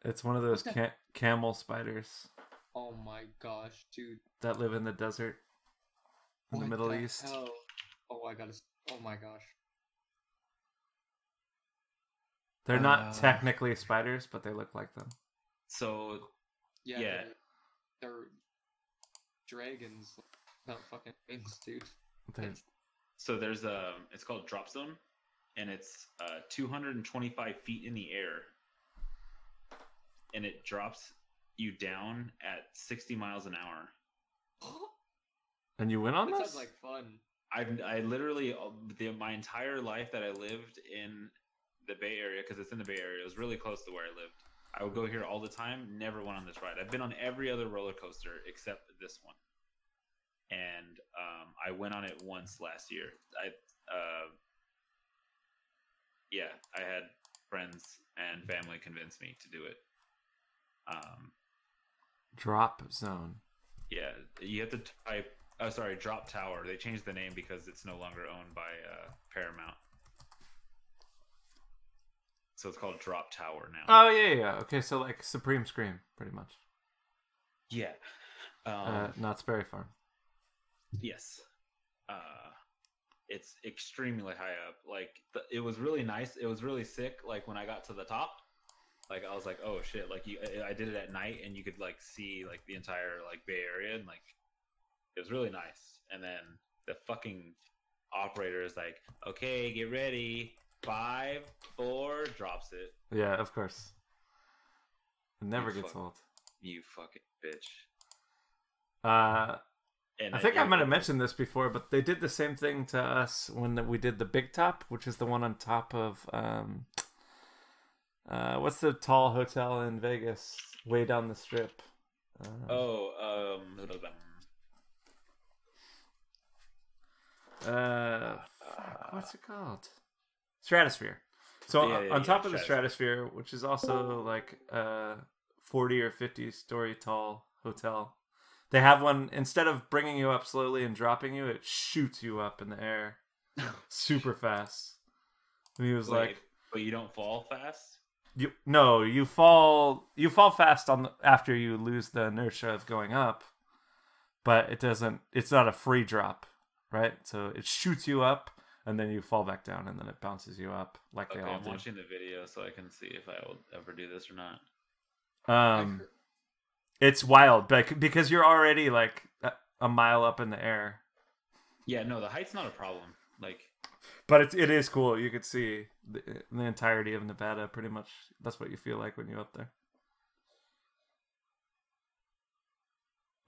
Speaker 3: It's one of those
Speaker 2: What
Speaker 3: ca- camel spiders
Speaker 2: oh my gosh, dude.
Speaker 3: that live in the desert in the
Speaker 2: What
Speaker 3: Middle East.
Speaker 2: hell? Oh, I gotta. s- Oh my gosh.
Speaker 3: They're not
Speaker 1: Uh.
Speaker 3: technically spiders, but they look like them.
Speaker 1: So
Speaker 2: Yeah.
Speaker 1: Yeah.
Speaker 2: They're, they're dragons, not fucking things, dude.
Speaker 3: They're,
Speaker 1: So there's a it's called Drop Zone, and it's uh, 225 feet in the air, and it drops you down at 60 miles an hour.
Speaker 3: and you went on
Speaker 2: that
Speaker 3: this?
Speaker 2: sounds like fun.
Speaker 1: I've I literally uh, the, my entire life that I lived in the Bay Area because it's in the Bay Area. It was really close to where I lived. I would go here all the time. Never went on this ride. I've been on every other roller coaster except this one, and um, I went on it once last year. I, uh, yeah, I had friends and family convince me to do it. Um,
Speaker 3: Drop zone.
Speaker 1: yeah, you have to type. Oh, sorry, Drop Tower. They changed the name because it's no longer owned by uh, Paramount. So it's called Drop Tower now.
Speaker 3: Oh yeah, yeah, yeah. Okay, so like Supreme Scream, pretty much.
Speaker 1: yeah. Um,
Speaker 2: Oh.
Speaker 3: Uh, Knott's Berry Farm.
Speaker 1: Yes. Uh, it's extremely high up. Like th- it was really nice. It was really sick. Like when I got to the top, like I was like, oh shit! Like you, I- I did it at night, and you could like see like the entire like Bay Area, and like it was really nice. And then the fucking operator is like, okay, get ready. Five, four, drops it.
Speaker 3: Yeah, of course. It never
Speaker 1: Oh,
Speaker 3: gets
Speaker 1: fuck.
Speaker 3: old.
Speaker 1: You fucking bitch.
Speaker 3: Uh,
Speaker 1: And
Speaker 3: I think I might
Speaker 1: mentioned.
Speaker 3: have mentioned this before, but they did the same thing to us when we did the Big Top, which is the one on top of um, uh, what's the tall hotel in Vegas, way down the strip. Uh,
Speaker 1: Oh, um,
Speaker 3: uh, fuck, what's it called? Stratosphere. So
Speaker 1: Yeah,
Speaker 3: on,
Speaker 1: yeah,
Speaker 3: on
Speaker 1: yeah,
Speaker 3: top of the
Speaker 1: Stratosphere.
Speaker 3: stratosphere, which is also like a forty or fifty story tall hotel, they have one. Instead of bringing you up slowly and dropping you, it shoots you up in the air, super fast. And he was
Speaker 1: Wait,
Speaker 3: like,
Speaker 1: but you don't fall fast.
Speaker 3: "You no, you fall, you fall fast on the, after you lose the inertia of going up, but it doesn't. It's not a free drop, right? So it shoots you up." And then you fall back down, and then it bounces you up like
Speaker 1: Okay,
Speaker 3: they all
Speaker 1: I'm
Speaker 3: do.
Speaker 1: watching the video so I can see if I will ever do this or not.
Speaker 3: Um, it's wild, but because you're already like a- a mile up in the air,
Speaker 1: Yeah, no, the height's not a problem. Like,
Speaker 3: but it's it is cool. You could see the, the entirety of Nevada, pretty much. That's what you feel like when you're up there.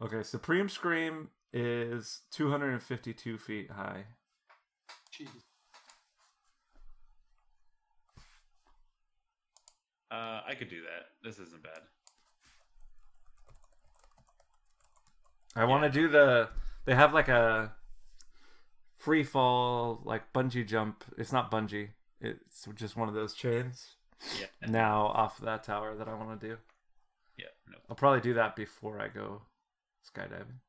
Speaker 3: Okay, Supreme Scream is 252 feet high.
Speaker 2: Jesus.
Speaker 1: uh, I could do that. This isn't bad.
Speaker 3: I want to do the. They have like a free fall, like bungee jump. It's not bungee. It's just one of those chains
Speaker 1: Yeah,
Speaker 3: now off that tower that I want to do.
Speaker 1: yeah, no,
Speaker 3: I'll probably do that before I go skydiving.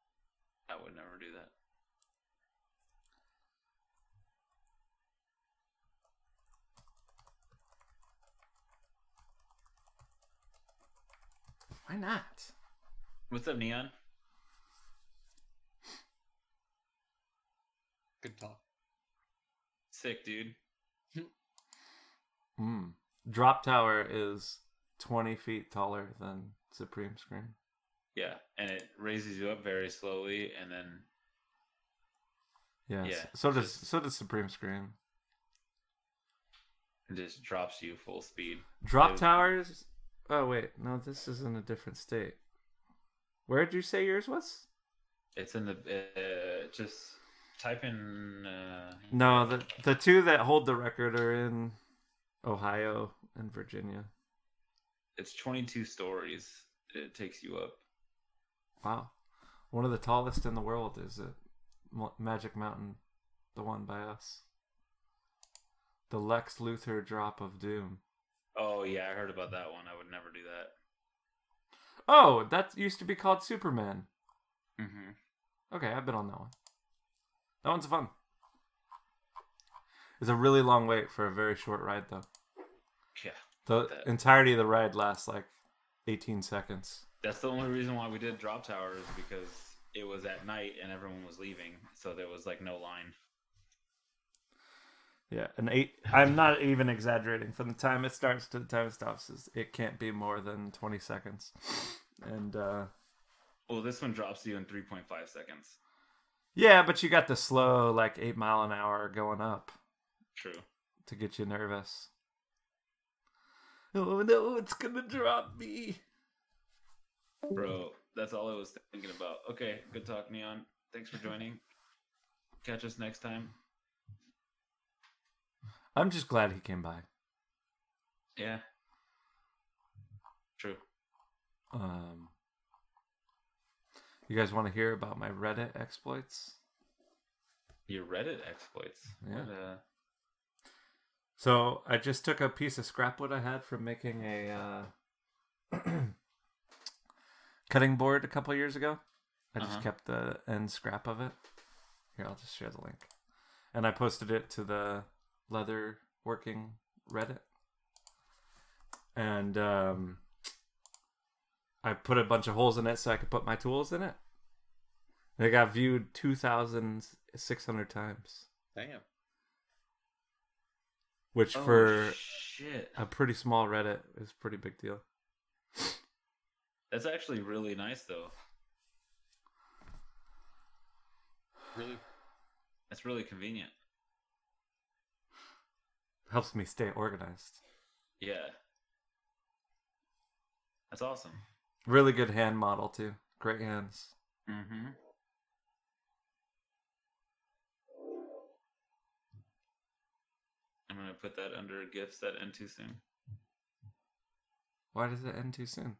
Speaker 1: I would never do that.
Speaker 3: Why not?
Speaker 1: What's up, Neon?
Speaker 2: Good talk.
Speaker 1: Sick, dude.
Speaker 3: Mm. Drop Tower is 20 feet taller than Supreme Screen.
Speaker 1: Yeah, and it raises you up very slowly, and then
Speaker 3: Yes.
Speaker 1: Yeah,
Speaker 3: so does so does Supreme Screen.
Speaker 1: it just drops you full speed.
Speaker 3: Drop
Speaker 1: Yeah.
Speaker 3: Towers. Oh wait, no, this is in a different state. Where did you say yours was?
Speaker 1: It's in the uh, just type in. Uh,
Speaker 3: No, the the two that hold the record are in Ohio and Virginia.
Speaker 1: It's 22 stories. It takes you up.
Speaker 3: Wow, one of the tallest in the world is at Mo- Magic Mountain, the one by us. The Lex Luthor drop of doom.
Speaker 1: Oh yeah, I heard about that one. I would never do that.
Speaker 3: Oh, that used to be called Superman.
Speaker 1: Mm-hmm.
Speaker 3: Okay, I've been on that one. That one's fun. It's a really long wait for a very short ride, though.
Speaker 1: Yeah,
Speaker 3: The
Speaker 1: That-
Speaker 3: entirety of the ride lasts like 18 seconds.
Speaker 1: that's the only reason why we did drop towers because it was at night and everyone was leaving, so there was like no line.
Speaker 3: Yeah, an eight. I'm not even exaggerating. From the time it starts to the time it stops, is it can't be more than 20 seconds. And uh,
Speaker 1: Well, this one drops you in 3.5 seconds.
Speaker 3: yeah, but you got the slow, like eight mile an hour going up
Speaker 1: True.
Speaker 3: to get you nervous. Oh no, it's gonna drop me.
Speaker 1: Bro, that's all I was thinking about. Okay, good talk, Neon. Thanks for joining. Catch us next time.
Speaker 3: I'm just glad he came by.
Speaker 1: Yeah. True.
Speaker 3: Um, you guys want to hear about my Reddit exploits?
Speaker 1: Your Reddit exploits.
Speaker 3: Yeah.
Speaker 1: What, uh,
Speaker 3: So I just took a piece of scrap wood I had from making a uh, cutting board a couple years ago. I just
Speaker 1: Uh-huh.
Speaker 3: kept the end scrap of it. Here, I'll just share the link. And I posted it to the leather working Reddit. And um, I put a bunch of holes in it so I could put my tools in it. And it got viewed 2,600 times,
Speaker 2: Damn.
Speaker 3: which
Speaker 1: oh,
Speaker 3: for
Speaker 1: shit.
Speaker 3: a pretty small Reddit is a pretty big deal.
Speaker 1: That's actually really nice though.
Speaker 2: Really?
Speaker 1: That's really convenient.
Speaker 3: Helps me stay organized.
Speaker 1: Yeah. That's awesome.
Speaker 3: Really good hand model too. Great hands.
Speaker 1: Mm-hmm. I'm gonna put that under gifts that end too soon.
Speaker 3: Why does it end too soon?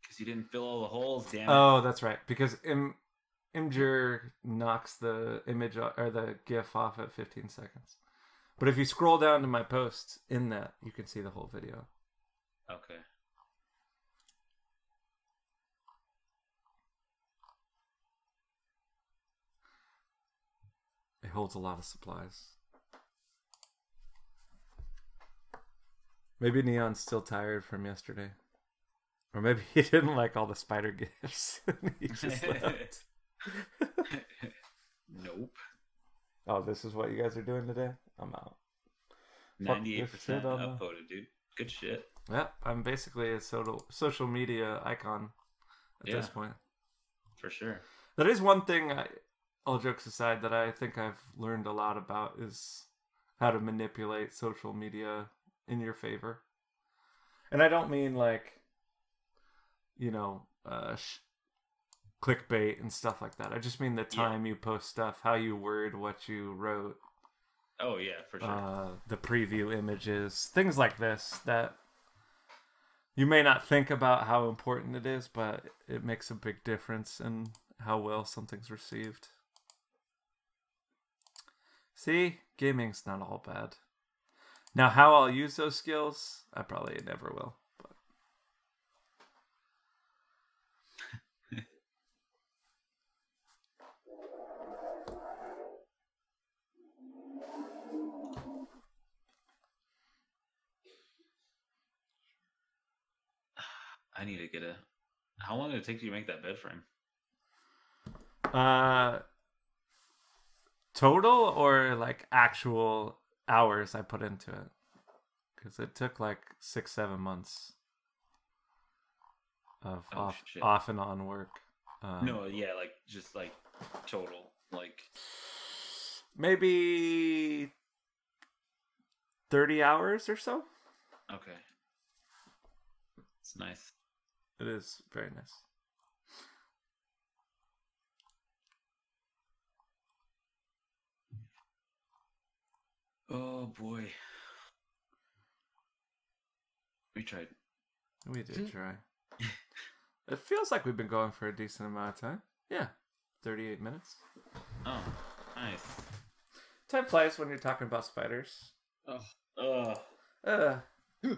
Speaker 1: Because you didn't fill all the holes, damn it.
Speaker 3: Oh, that's right. Because Im Imgur knocks the image o- or the GIF off at 15 seconds. But if you scroll down to my post in that, you can see the whole video.
Speaker 1: Okay.
Speaker 3: It holds a lot of supplies. Maybe Neon's still tired from yesterday. Or maybe he didn't like all the spider gifts. and he just left.
Speaker 1: Nope.
Speaker 3: oh, this is what you guys are doing today? I'm out. Fuck
Speaker 1: Ninety-eight
Speaker 3: this shit
Speaker 1: percent
Speaker 3: on the-
Speaker 1: upvoted, dude. Good shit.
Speaker 3: Yep, I'm basically a social social media icon at this
Speaker 1: Yeah.
Speaker 3: point.
Speaker 1: For sure.
Speaker 3: That is one thing. I, all jokes aside, that I think I've learned a lot about is how to manipulate social media in your favor. And I don't mean like, you know, uh, sh- clickbait and stuff like that. I just mean the
Speaker 1: Yeah.
Speaker 3: time you post stuff, how you word what you wrote,
Speaker 1: Oh yeah, for sure.
Speaker 3: uh, the preview images, things like this that you may not think about how important it is, but it makes a big difference in how well something's received. See, gaming's not all bad. Now, how I'll use those skills, I probably never will. But
Speaker 1: I need to get a. How long did it take you to make that bed frame?
Speaker 3: Uh, total or like actual hours I put into it? Because it took like six, seven months of
Speaker 1: Oh,
Speaker 3: off,
Speaker 1: shit.
Speaker 3: off and on work. Um,
Speaker 1: no, yeah, like just like total, like
Speaker 3: maybe thirty hours or so.
Speaker 1: okay. It's nice.
Speaker 3: It is very nice.
Speaker 1: Oh boy. We tried.
Speaker 3: We did
Speaker 2: Hmm.
Speaker 3: try. it feels like we've been going for a decent amount of time. Yeah, thirty-eight minutes.
Speaker 1: Oh, nice.
Speaker 3: Time flies when you're talking about spiders.
Speaker 1: Oh,
Speaker 3: Uh.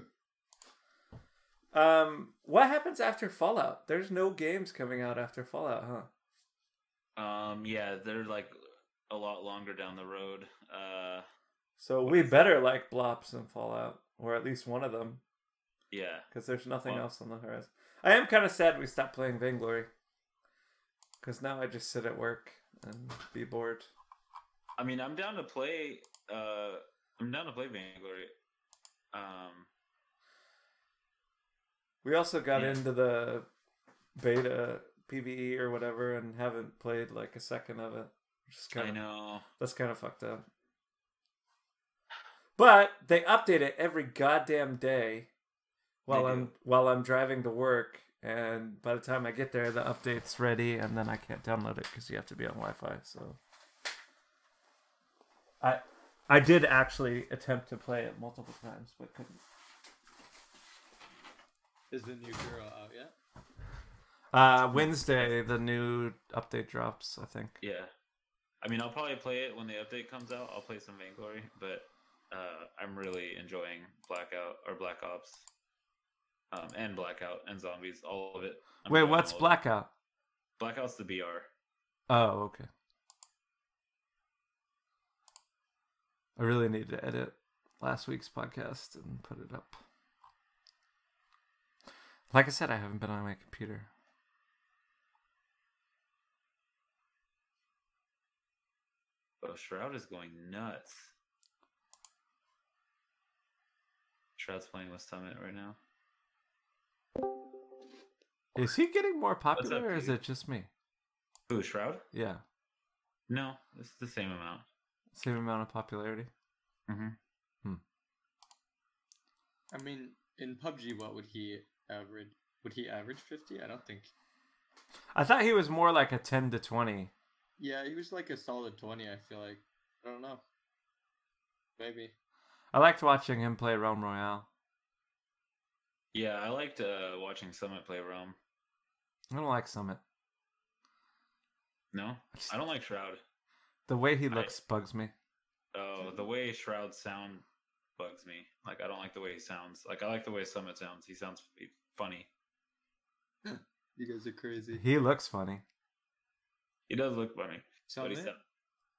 Speaker 3: um, what happens after Fallout? There's no games coming out after Fallout, huh?
Speaker 1: um, yeah, they're like a lot longer down the road. Uh,
Speaker 3: So we better like Blops and Fallout, or at least one of them,
Speaker 1: yeah,
Speaker 3: because there's nothing
Speaker 1: Well-
Speaker 3: else on the horizon. I am kind of sad we stopped playing Vainglory, because now I just sit at work and be bored.
Speaker 1: I mean, I'm down to play. Uh, I'm down to play Vainglory. Um,
Speaker 3: We also got
Speaker 1: Yeah.
Speaker 3: into the beta PVE or whatever and haven't played like a second of it. Just kind
Speaker 1: I
Speaker 3: of
Speaker 1: know.
Speaker 3: That's kind of fucked up. But they update it every goddamn day while
Speaker 1: They
Speaker 3: I'm
Speaker 1: do.
Speaker 3: while I'm driving to work and by the time I get there the update's ready and then I can't download it cuz you have to be on Wi-Fi, so I I did actually attempt to play it multiple times but couldn't.
Speaker 2: Is the new girl out yet?
Speaker 3: Uh Wednesday the new update drops, I think.
Speaker 1: Yeah. I mean, I'll probably play it when the update comes out. I'll play some Vainglory, but uh, I'm really enjoying Blackout or Black Ops, um, and Blackout and Zombies, all of it. I'm
Speaker 3: Wait,
Speaker 1: enjoying
Speaker 3: what's
Speaker 1: all of it.
Speaker 3: blackout?
Speaker 1: Blackout's the BR.
Speaker 3: Oh, okay. I really need to edit last week's podcast and put it up. Like I said, I haven't been on my computer.
Speaker 1: Oh, Shroud is going nuts. Shroud's playing with Summit right now.
Speaker 3: Is he getting more
Speaker 1: up,
Speaker 3: popular or is
Speaker 1: dude?
Speaker 3: it just me?
Speaker 1: Who, Shroud?
Speaker 3: Yeah.
Speaker 1: No, it's the same amount.
Speaker 3: Same amount of popularity.
Speaker 1: Mm-hmm.
Speaker 2: I mean, in PUBG, what would he average? Would he average fifty? I don't think.
Speaker 3: I thought he was more like a 10 to 20.
Speaker 2: Yeah, he was like a solid twenty. I feel like. I don't know. Maybe.
Speaker 3: I liked watching him play Realm Royale.
Speaker 1: Yeah, I liked uh, watching Summit play Realm.
Speaker 3: I don't like Summit.
Speaker 1: No, I don't like Shroud.
Speaker 3: The way he
Speaker 1: I-
Speaker 3: looks bugs me.
Speaker 1: Oh, the way Shroud's sound bugs me. Like I don't like the way he sounds. Like I like the way Summit sounds. He sounds f- funny.
Speaker 2: You guys are crazy.
Speaker 3: He looks funny.
Speaker 1: He does look funny. But
Speaker 2: Summit,
Speaker 1: he sound-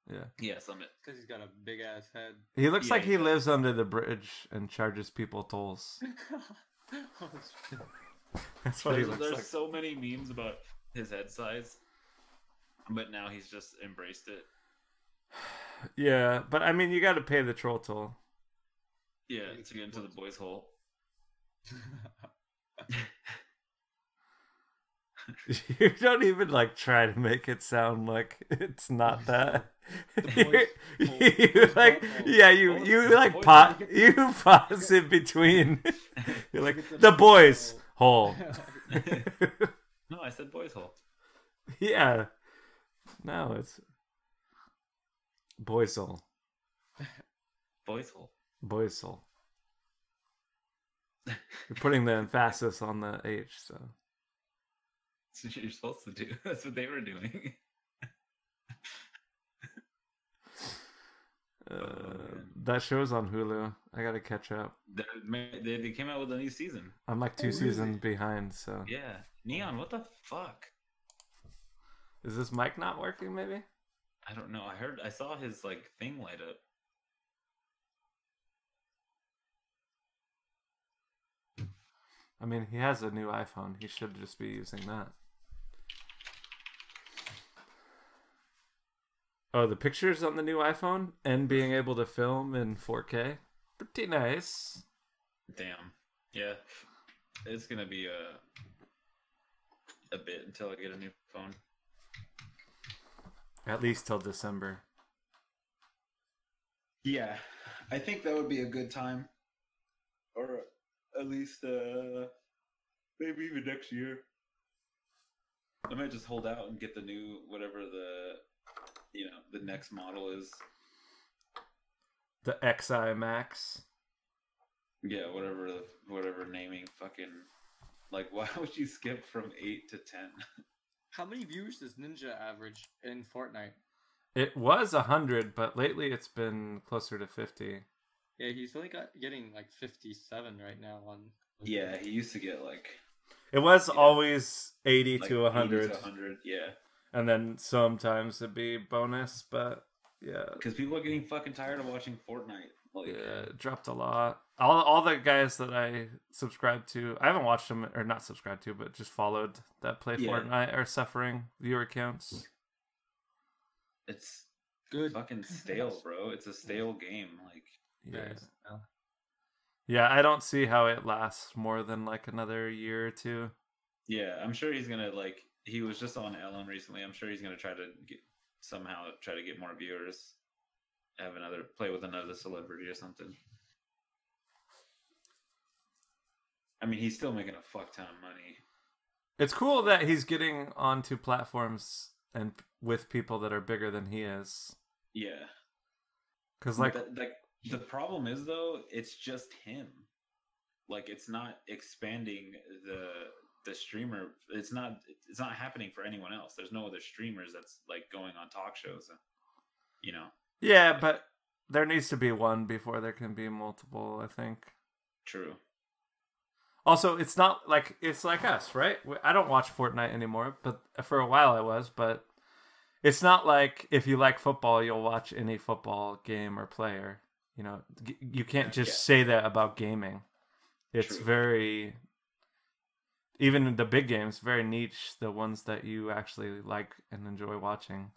Speaker 3: Yeah.
Speaker 1: yeah, Summit.
Speaker 2: because he's got a big ass head.
Speaker 3: He looks
Speaker 1: Yeah,
Speaker 3: like
Speaker 1: he
Speaker 3: he
Speaker 1: does.
Speaker 3: lives under the bridge and charges people tolls.
Speaker 2: Oh, shit.
Speaker 3: That's what he
Speaker 1: There's,
Speaker 3: looks
Speaker 1: there's
Speaker 3: like.
Speaker 1: so many memes about his head size, but now he's just embraced it.
Speaker 3: Yeah, but I mean, you got to pay the troll toll.
Speaker 1: Yeah, to get into the boys' hole.
Speaker 3: You don't even like try to make it sound like it's not that.
Speaker 2: boys' hole.
Speaker 3: you
Speaker 2: Boys'
Speaker 3: like,
Speaker 2: hole.
Speaker 3: yeah, you
Speaker 1: Hole.
Speaker 3: you
Speaker 1: The
Speaker 3: like
Speaker 1: boys'
Speaker 3: pause.
Speaker 1: hole.
Speaker 3: You pause in between. You're like
Speaker 2: It's a
Speaker 3: the
Speaker 2: boys'
Speaker 3: boys' hole.
Speaker 1: No, I said boys' hole.
Speaker 3: yeah, no, it's boys' hole.
Speaker 1: Boys' hole.
Speaker 3: Boys' hole. You're putting the emphasis on the H, so
Speaker 1: That's what you're supposed to do. That's what they were doing.
Speaker 3: uh,
Speaker 1: man.
Speaker 3: that show's on Hulu. I gotta catch up.
Speaker 1: They, they, they came out with a new season.
Speaker 3: I'm like two
Speaker 2: Oh, really?
Speaker 3: seasons behind, so
Speaker 1: Yeah. Neon, what the fuck?
Speaker 3: is this mic not working? Maybe.
Speaker 1: I don't know. I heard, I saw his like thing light up.
Speaker 3: I mean, he has a new iPhone. He should just be using that. Oh, the pictures on the new iPhone and being able to film in 4K, pretty nice.
Speaker 1: Damn. Yeah. It's gonna be a a bit until I get a new phone.
Speaker 3: At least till December.
Speaker 1: Yeah, I think that would be a good time, or at least uh, maybe even next year. I might just hold out and get the new whatever the you know the next model is.
Speaker 3: The XI Max.
Speaker 1: Yeah, whatever whatever naming fucking like why would you skip from eight to ten?
Speaker 2: How many views does Ninja average in Fortnite?
Speaker 3: It was a hundred, but lately it's been closer to fifty.
Speaker 2: Yeah, he's only got getting like fifty-seven right now on.
Speaker 1: Yeah, he used to get like
Speaker 3: It was always eighty
Speaker 1: like 80
Speaker 3: to a hundred,
Speaker 1: hundred. Yeah.
Speaker 3: and then sometimes it'd be bonus. But yeah,
Speaker 1: Because people are getting fucking tired of watching Fortnite. Like,
Speaker 3: yeah, it dropped a lot. All all the guys that I subscribed to, I haven't watched them or not subscribed to, but just followed that play
Speaker 1: Yeah.
Speaker 3: Fortnite are suffering viewer counts.
Speaker 1: it's
Speaker 2: Good.
Speaker 1: fucking stale, bro. It's a stale game. Like,
Speaker 3: Yeah,
Speaker 2: Nice. Oh.
Speaker 3: yeah, I don't see how it lasts more than like another year or two.
Speaker 1: yeah, I'm sure he's gonna like. He was just on Ellen recently. I'm sure he's gonna try to get somehow try to get more viewers. Have another play with another celebrity or something. I mean, he's still making a fuck ton of money.
Speaker 3: It's cool that he's getting onto platforms and with people that are bigger than he is.
Speaker 1: Yeah,
Speaker 3: Cause like
Speaker 1: But, like the problem is though it's just him like it's not expanding the the streamer it's not it's not happening for anyone else there's no other streamers that's like going on talk shows you know,
Speaker 3: Yeah, but there needs to be one before there can be multiple, I think.
Speaker 1: true.
Speaker 3: Also, it's not like it's like us, right? We- I don't watch Fortnite anymore, but uh, for a while I was, but it's not like if you like football, you'll watch any football game or player. You know, G- you can't just
Speaker 1: Yeah.
Speaker 3: say that about gaming. It's
Speaker 1: True.
Speaker 3: very even in the big games, very niche, the ones that you actually like and enjoy watching.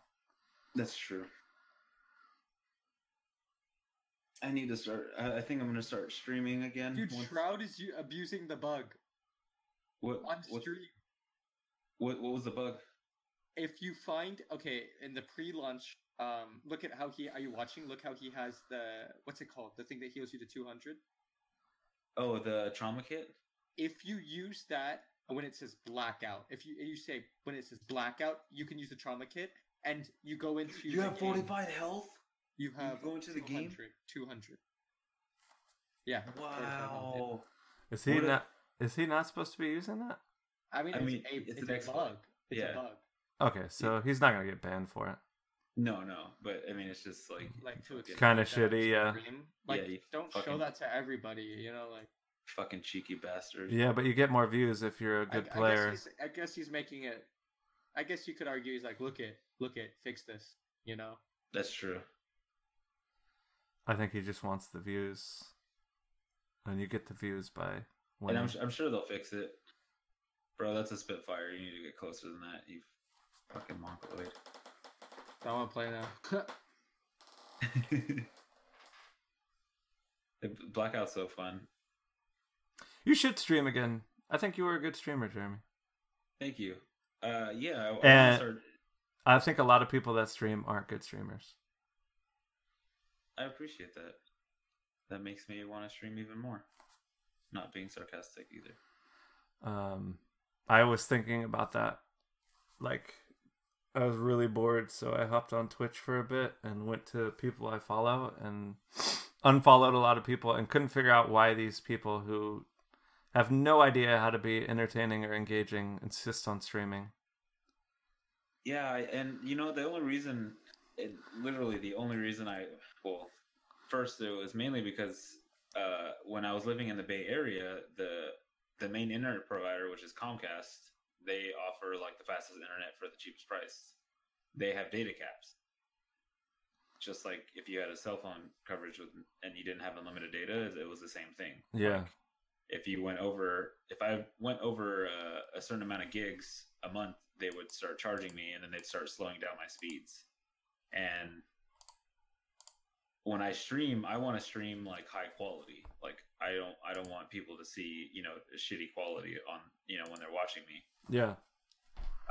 Speaker 1: That's true. I need to start. I, I think I'm gonna start streaming again.
Speaker 2: Dude,
Speaker 1: once-
Speaker 2: Shroud is u- abusing the bug
Speaker 1: what,
Speaker 2: on
Speaker 1: what,
Speaker 2: stream.
Speaker 1: what, what was the bug?
Speaker 2: If you find okay in the pre-launch, um, look at how he. Are you watching? Look how he has the what's it called? The thing that heals you to two hundred.
Speaker 1: Oh, the trauma kit.
Speaker 2: if you use that when it says blackout, if you you say when it says blackout, you can use the trauma kit and you go into the game.
Speaker 1: health.
Speaker 2: You have
Speaker 1: go into the game?
Speaker 2: 200, 200. Yeah. 45 health, yeah.
Speaker 1: Wow.
Speaker 3: Is he
Speaker 1: What if-
Speaker 3: not is he not supposed to be using that?
Speaker 2: I mean,
Speaker 1: I
Speaker 2: it's,
Speaker 1: mean,
Speaker 2: a,
Speaker 1: it's
Speaker 2: it's,
Speaker 1: an
Speaker 2: a
Speaker 1: exploit.
Speaker 2: bug. It's
Speaker 1: Yeah.
Speaker 2: a bug.
Speaker 3: Okay, so he's not gonna get banned for it.
Speaker 1: No, no, but I mean, it's just like
Speaker 2: Like to
Speaker 1: fucking,
Speaker 3: Kinda
Speaker 2: exploit that
Speaker 3: shitty, yeah.
Speaker 2: extreme. Like,
Speaker 1: you
Speaker 2: don't show
Speaker 1: fucking-
Speaker 2: that to everybody. You know, like
Speaker 1: fucking cheeky bastard.
Speaker 3: Yeah, but you get more views if you're a
Speaker 2: I-
Speaker 3: good player.
Speaker 2: I guess, he's, I guess he's making it. I guess you could argue he's like, look it, look it, fix this. You know.
Speaker 1: that's true.
Speaker 3: I think he just wants the views, and you get the views by when.
Speaker 1: And I'm, I'm sure they'll fix it, bro. That's a Spitfire. You need to get closer than that. You fucking mongoloid.
Speaker 2: I want to play now.
Speaker 1: The Blackout's so fun.
Speaker 3: You should stream again. I think you were a good streamer, Jeremy.
Speaker 1: Thank you. Uh, yeah, I, I wanna
Speaker 3: And-
Speaker 1: start-
Speaker 3: I think a lot of people that stream aren't good streamers.
Speaker 1: I appreciate that. That makes me want to stream even more. Not being sarcastic either.
Speaker 3: Um, I was thinking about that. Like, I was really bored, so I hopped on Twitch for a bit and went to people I follow and unfollowed a lot of people and couldn't figure out why these people who have no idea how to be entertaining or engaging insist on streaming.
Speaker 1: Yeah, I- and you know the only reason, it, literally the only reason I well, first it was mainly because uh, when I was living in the Bay Area, the the main internet provider, which is Comcast, they offer like the fastest internet for the cheapest price. They have data caps. Just like if you had a cell phone coverage with, and you didn't have unlimited data, it was the same thing
Speaker 3: Yeah.
Speaker 1: if you went over if i went over uh, a certain amount of gigs a month they would start charging me and then they'd start slowing down my speeds and when i stream i want to stream like high quality like i don't i don't want people to see you know shitty quality on you know when they're watching me
Speaker 3: Yeah.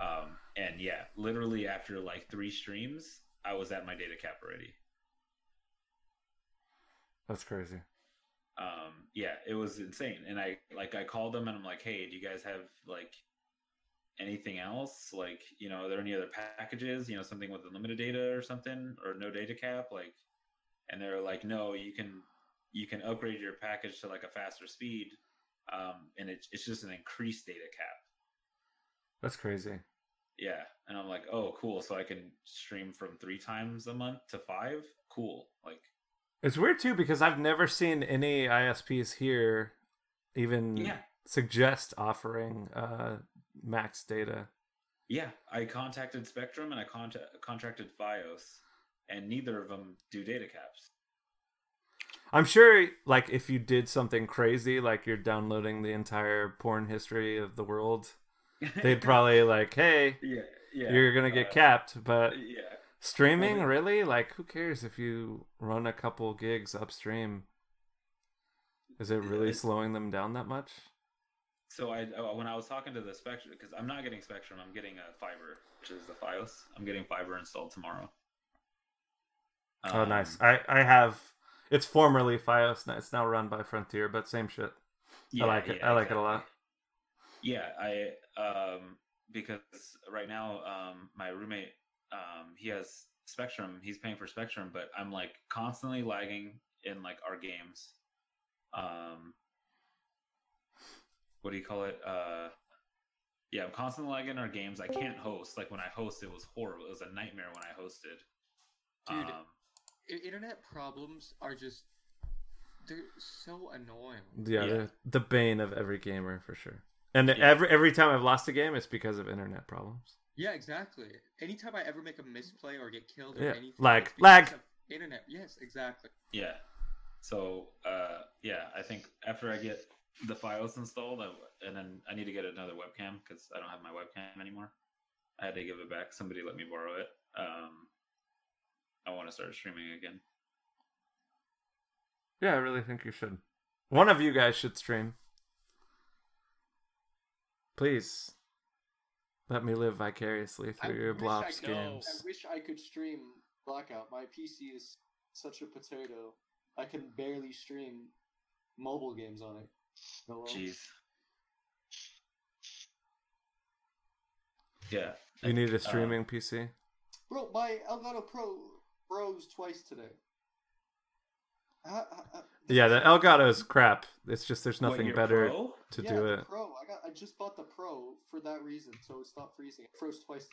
Speaker 1: um, and yeah, literally after like three streams, I was at my data cap already.
Speaker 3: That's crazy.
Speaker 1: um yeah it was insane and i like i called them and i'm like hey do you guys have like anything else like you know are there any other packages you know something with unlimited data or something or no data cap like and they're like no you can you can upgrade your package to like a faster speed um and it, it's just an increased data cap
Speaker 3: That's crazy.
Speaker 1: yeah and i'm like oh cool so i can stream from three times a month to five cool like
Speaker 3: It's weird too because I've never seen any ISPs here even
Speaker 1: yeah
Speaker 3: suggest offering uh, max data.
Speaker 1: Yeah, I contacted Spectrum and I contact, contracted FiOS, and neither of them do data caps.
Speaker 3: I'm sure, like if you did something crazy, like you're downloading the entire porn history of the world, they'd probably like, "Hey,
Speaker 1: yeah, yeah,
Speaker 3: you're gonna get
Speaker 1: uh,
Speaker 3: capped." But
Speaker 1: Yeah,
Speaker 3: streaming,
Speaker 1: well,
Speaker 3: really? Like, who cares if you run a couple gigs upstream? Is it really
Speaker 1: It's-
Speaker 3: slowing them down that much?
Speaker 1: so I uh, when I was talking to the Spectrum because I'm not getting Spectrum, I'm getting a fiber, which is the FiOS. I'm getting fiber installed tomorrow.
Speaker 3: oh,
Speaker 1: Um,
Speaker 3: nice. I I have. It's formerly FiOS. now- It's now run by Frontier, but same shit.
Speaker 1: Yeah,
Speaker 3: like it.
Speaker 1: yeah,
Speaker 3: I like it a lot.
Speaker 1: Yeah, I um because right now um my roommate um he has Spectrum, he's paying for Spectrum, but I'm like constantly lagging in like our games. Um what do you call it? Uh yeah, I'm constantly lagging in our games. I can't host. Like when I host it was horrible. It was a nightmare when I hosted.
Speaker 2: Dude.
Speaker 1: Um,
Speaker 2: I- internet problems are just they're so annoying.
Speaker 3: Yeah,
Speaker 1: Yeah.
Speaker 3: The, the bane of every gamer for sure. And
Speaker 1: Yeah.
Speaker 3: every every time I've lost a game, it's because of internet problems.
Speaker 2: Yeah, exactly. Anytime I ever make a misplay or get killed or
Speaker 3: Yeah,
Speaker 2: anything,
Speaker 3: lag,
Speaker 2: it's because
Speaker 3: lag.
Speaker 2: of internet. Yes, exactly.
Speaker 1: yeah. So uh, yeah, I think after I get the files installed, I, and then I need to get another webcam because I don't have my webcam anymore. I had to give it back. Somebody let me borrow it. Um, I want to start streaming again.
Speaker 3: Yeah, I really think you should. One of you guys should stream. Please, let me live vicariously through your
Speaker 2: wish I
Speaker 3: blobs
Speaker 2: could-
Speaker 3: games.
Speaker 2: I wish I could stream Blackout. My PC is such a potato. I can barely stream mobile games on it. Hello?
Speaker 1: Jeez. Yeah.
Speaker 3: You need a
Speaker 1: Um,
Speaker 3: streaming PC.
Speaker 2: Bro, my Elgato Pro froze twice today. How- how- how- this
Speaker 3: Yeah,
Speaker 2: is-
Speaker 3: the Elgato is crap. It's just there's
Speaker 1: What,
Speaker 3: nothing
Speaker 1: your
Speaker 3: better
Speaker 1: Pro?
Speaker 3: to
Speaker 2: yeah,
Speaker 3: do
Speaker 2: the
Speaker 3: it.
Speaker 2: Pro. I got. I just bought the Pro for that reason, so it's not freezing. It froze twice.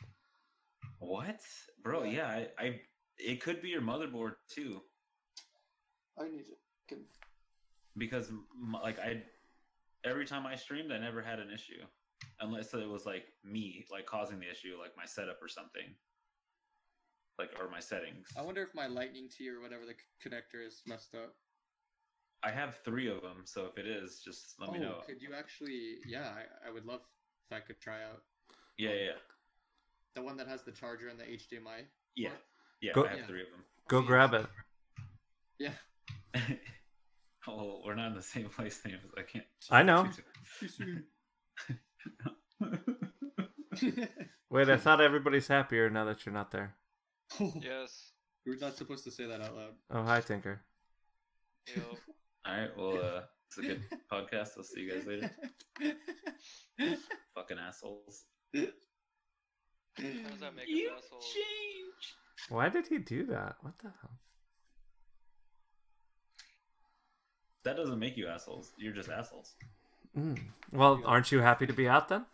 Speaker 1: What, bro? Yeah, I, I. It could be your motherboard too,
Speaker 2: I need to. Can,
Speaker 1: because m- like I, every time I streamed, I never had an issue, unless it was like me like causing the issue, like my setup or something, like or my settings.
Speaker 2: I wonder if my Lightning T or whatever the c- connector is messed up.
Speaker 1: I have three of them, so if it is, just let me
Speaker 2: oh,
Speaker 1: know.
Speaker 2: could you actually? Yeah, I, I would love if I could try out
Speaker 1: Yeah, yeah,
Speaker 2: the one that has the charger and the HDMI.
Speaker 1: yeah,
Speaker 2: What?
Speaker 1: yeah.
Speaker 3: Go-
Speaker 1: I have
Speaker 2: Yeah.
Speaker 1: three of
Speaker 3: Go
Speaker 2: Yeah.
Speaker 3: grab it.
Speaker 2: Yeah.
Speaker 1: them. oh, we're not in the same place anymore. so I can't.
Speaker 3: I know. Wait, I thought everybody's happier now that you're not there.
Speaker 5: Yes.
Speaker 2: We're not supposed to say that out loud.
Speaker 3: Oh, hi, Tinker.
Speaker 5: Yo.
Speaker 1: All right. Well, uh, it's a good podcast. I'll see you guys later. Fucking assholes.
Speaker 5: How does that make us assholes?
Speaker 1: change.
Speaker 3: Why did he do that? What the hell?
Speaker 1: That doesn't make you assholes. You're just assholes.
Speaker 3: Mm. Well, aren't you happy to be out then?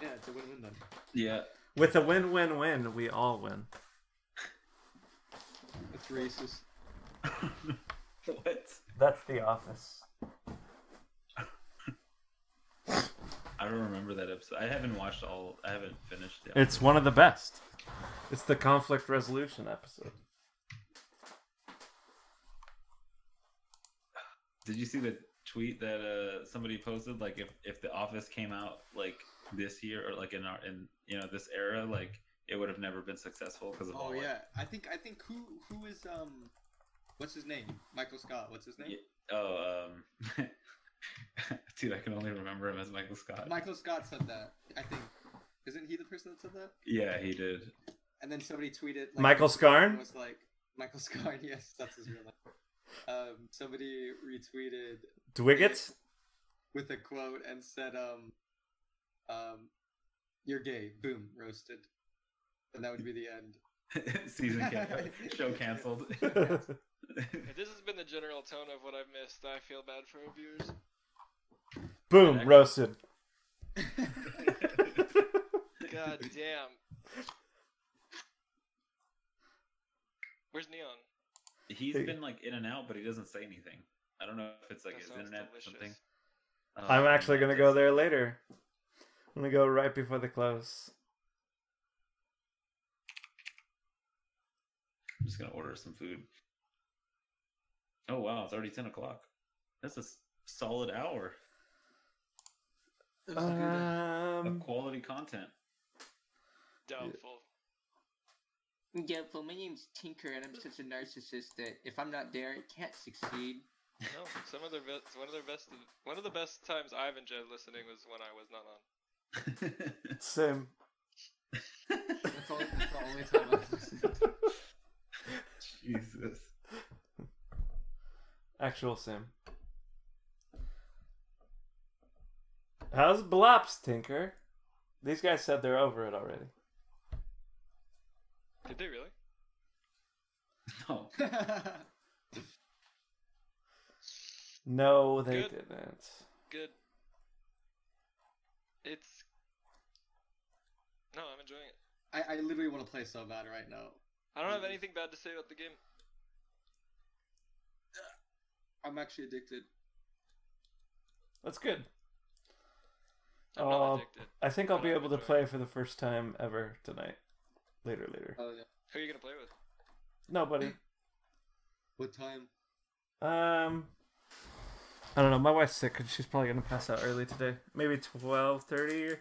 Speaker 2: yeah, it's a win-win then.
Speaker 1: Yeah.
Speaker 3: With a win-win-win, we all win.
Speaker 2: That's racist.
Speaker 1: what?
Speaker 3: That's the office.
Speaker 1: I don't remember that episode. I haven't watched all. I haven't finished. The
Speaker 3: It's one of the best. It's the conflict resolution episode.
Speaker 1: Did you see the tweet that uh, somebody posted? Like, if if The Office came out like this year or like in our in you know this era, like it would have never been successful because of all.
Speaker 2: Oh
Speaker 1: like-
Speaker 2: yeah, I think I think who who is um, what's his name? Michael Scott. What's his name?
Speaker 1: Yeah. Oh, um, dude, I can only remember him as Michael Scott.
Speaker 2: Michael Scott said that. I think. Isn't he the person that said that?
Speaker 1: yeah, he did.
Speaker 2: And then somebody tweeted.
Speaker 3: Michael Scarn?
Speaker 2: Was like Michael Scarn. Yes, that's his real name. Um, somebody retweeted
Speaker 3: Dwiggett?
Speaker 2: with a quote and said, um, um, "You're gay." Boom, roasted. And that would be the end.
Speaker 1: Season canceled. Show canceled.
Speaker 5: If this has been the general tone of what I've missed, I feel bad for our viewers.
Speaker 3: Boom, roasted.
Speaker 5: God damn. Where's Neon?
Speaker 1: He's
Speaker 3: Hey.
Speaker 1: been like in and out, but he doesn't say anything. I don't know if it's like
Speaker 5: That
Speaker 1: his
Speaker 5: sounds
Speaker 1: internet or
Speaker 5: delicious.
Speaker 1: something.
Speaker 3: I'm
Speaker 1: Um,
Speaker 3: actually gonna go there later. I'm gonna go right before the close.
Speaker 1: I'm just gonna order some food. Oh wow, it's already ten o'clock. That's a s- solid hour of
Speaker 3: Um,
Speaker 1: quality content.
Speaker 5: Doubtful.
Speaker 2: Yeah, well, my name's Tinker, and I'm such a narcissist that if I'm not there, it can't succeed.
Speaker 5: No, some of their best, one of their best, one of the best times I've enjoyed listening was when I was not on.
Speaker 3: same.
Speaker 2: That's, all, that's the only time I've listened.
Speaker 1: Jesus.
Speaker 3: Actual sim. How's Blops, Tinker? These guys said they're over it already.
Speaker 5: Did they really?
Speaker 1: No.
Speaker 3: No, they
Speaker 5: Good.
Speaker 3: didn't.
Speaker 5: Good. It's. No, I'm enjoying it.
Speaker 2: I, I literally want to play so bad right now.
Speaker 5: I don't have anything bad to say about the game.
Speaker 2: I'm actually addicted.
Speaker 3: That's good.
Speaker 5: I'm
Speaker 3: Oh,
Speaker 5: not addicted.
Speaker 3: I think I'll be
Speaker 5: Whatever,
Speaker 3: able to
Speaker 5: it's
Speaker 3: play for the first time ever tonight. Later, later.
Speaker 2: Oh yeah.
Speaker 5: Who are you gonna play with?
Speaker 3: No, buddy.
Speaker 2: What time?
Speaker 3: Um, I don't know. My wife's sick, and she's probably gonna pass out early today. Maybe twelve thirty. Or...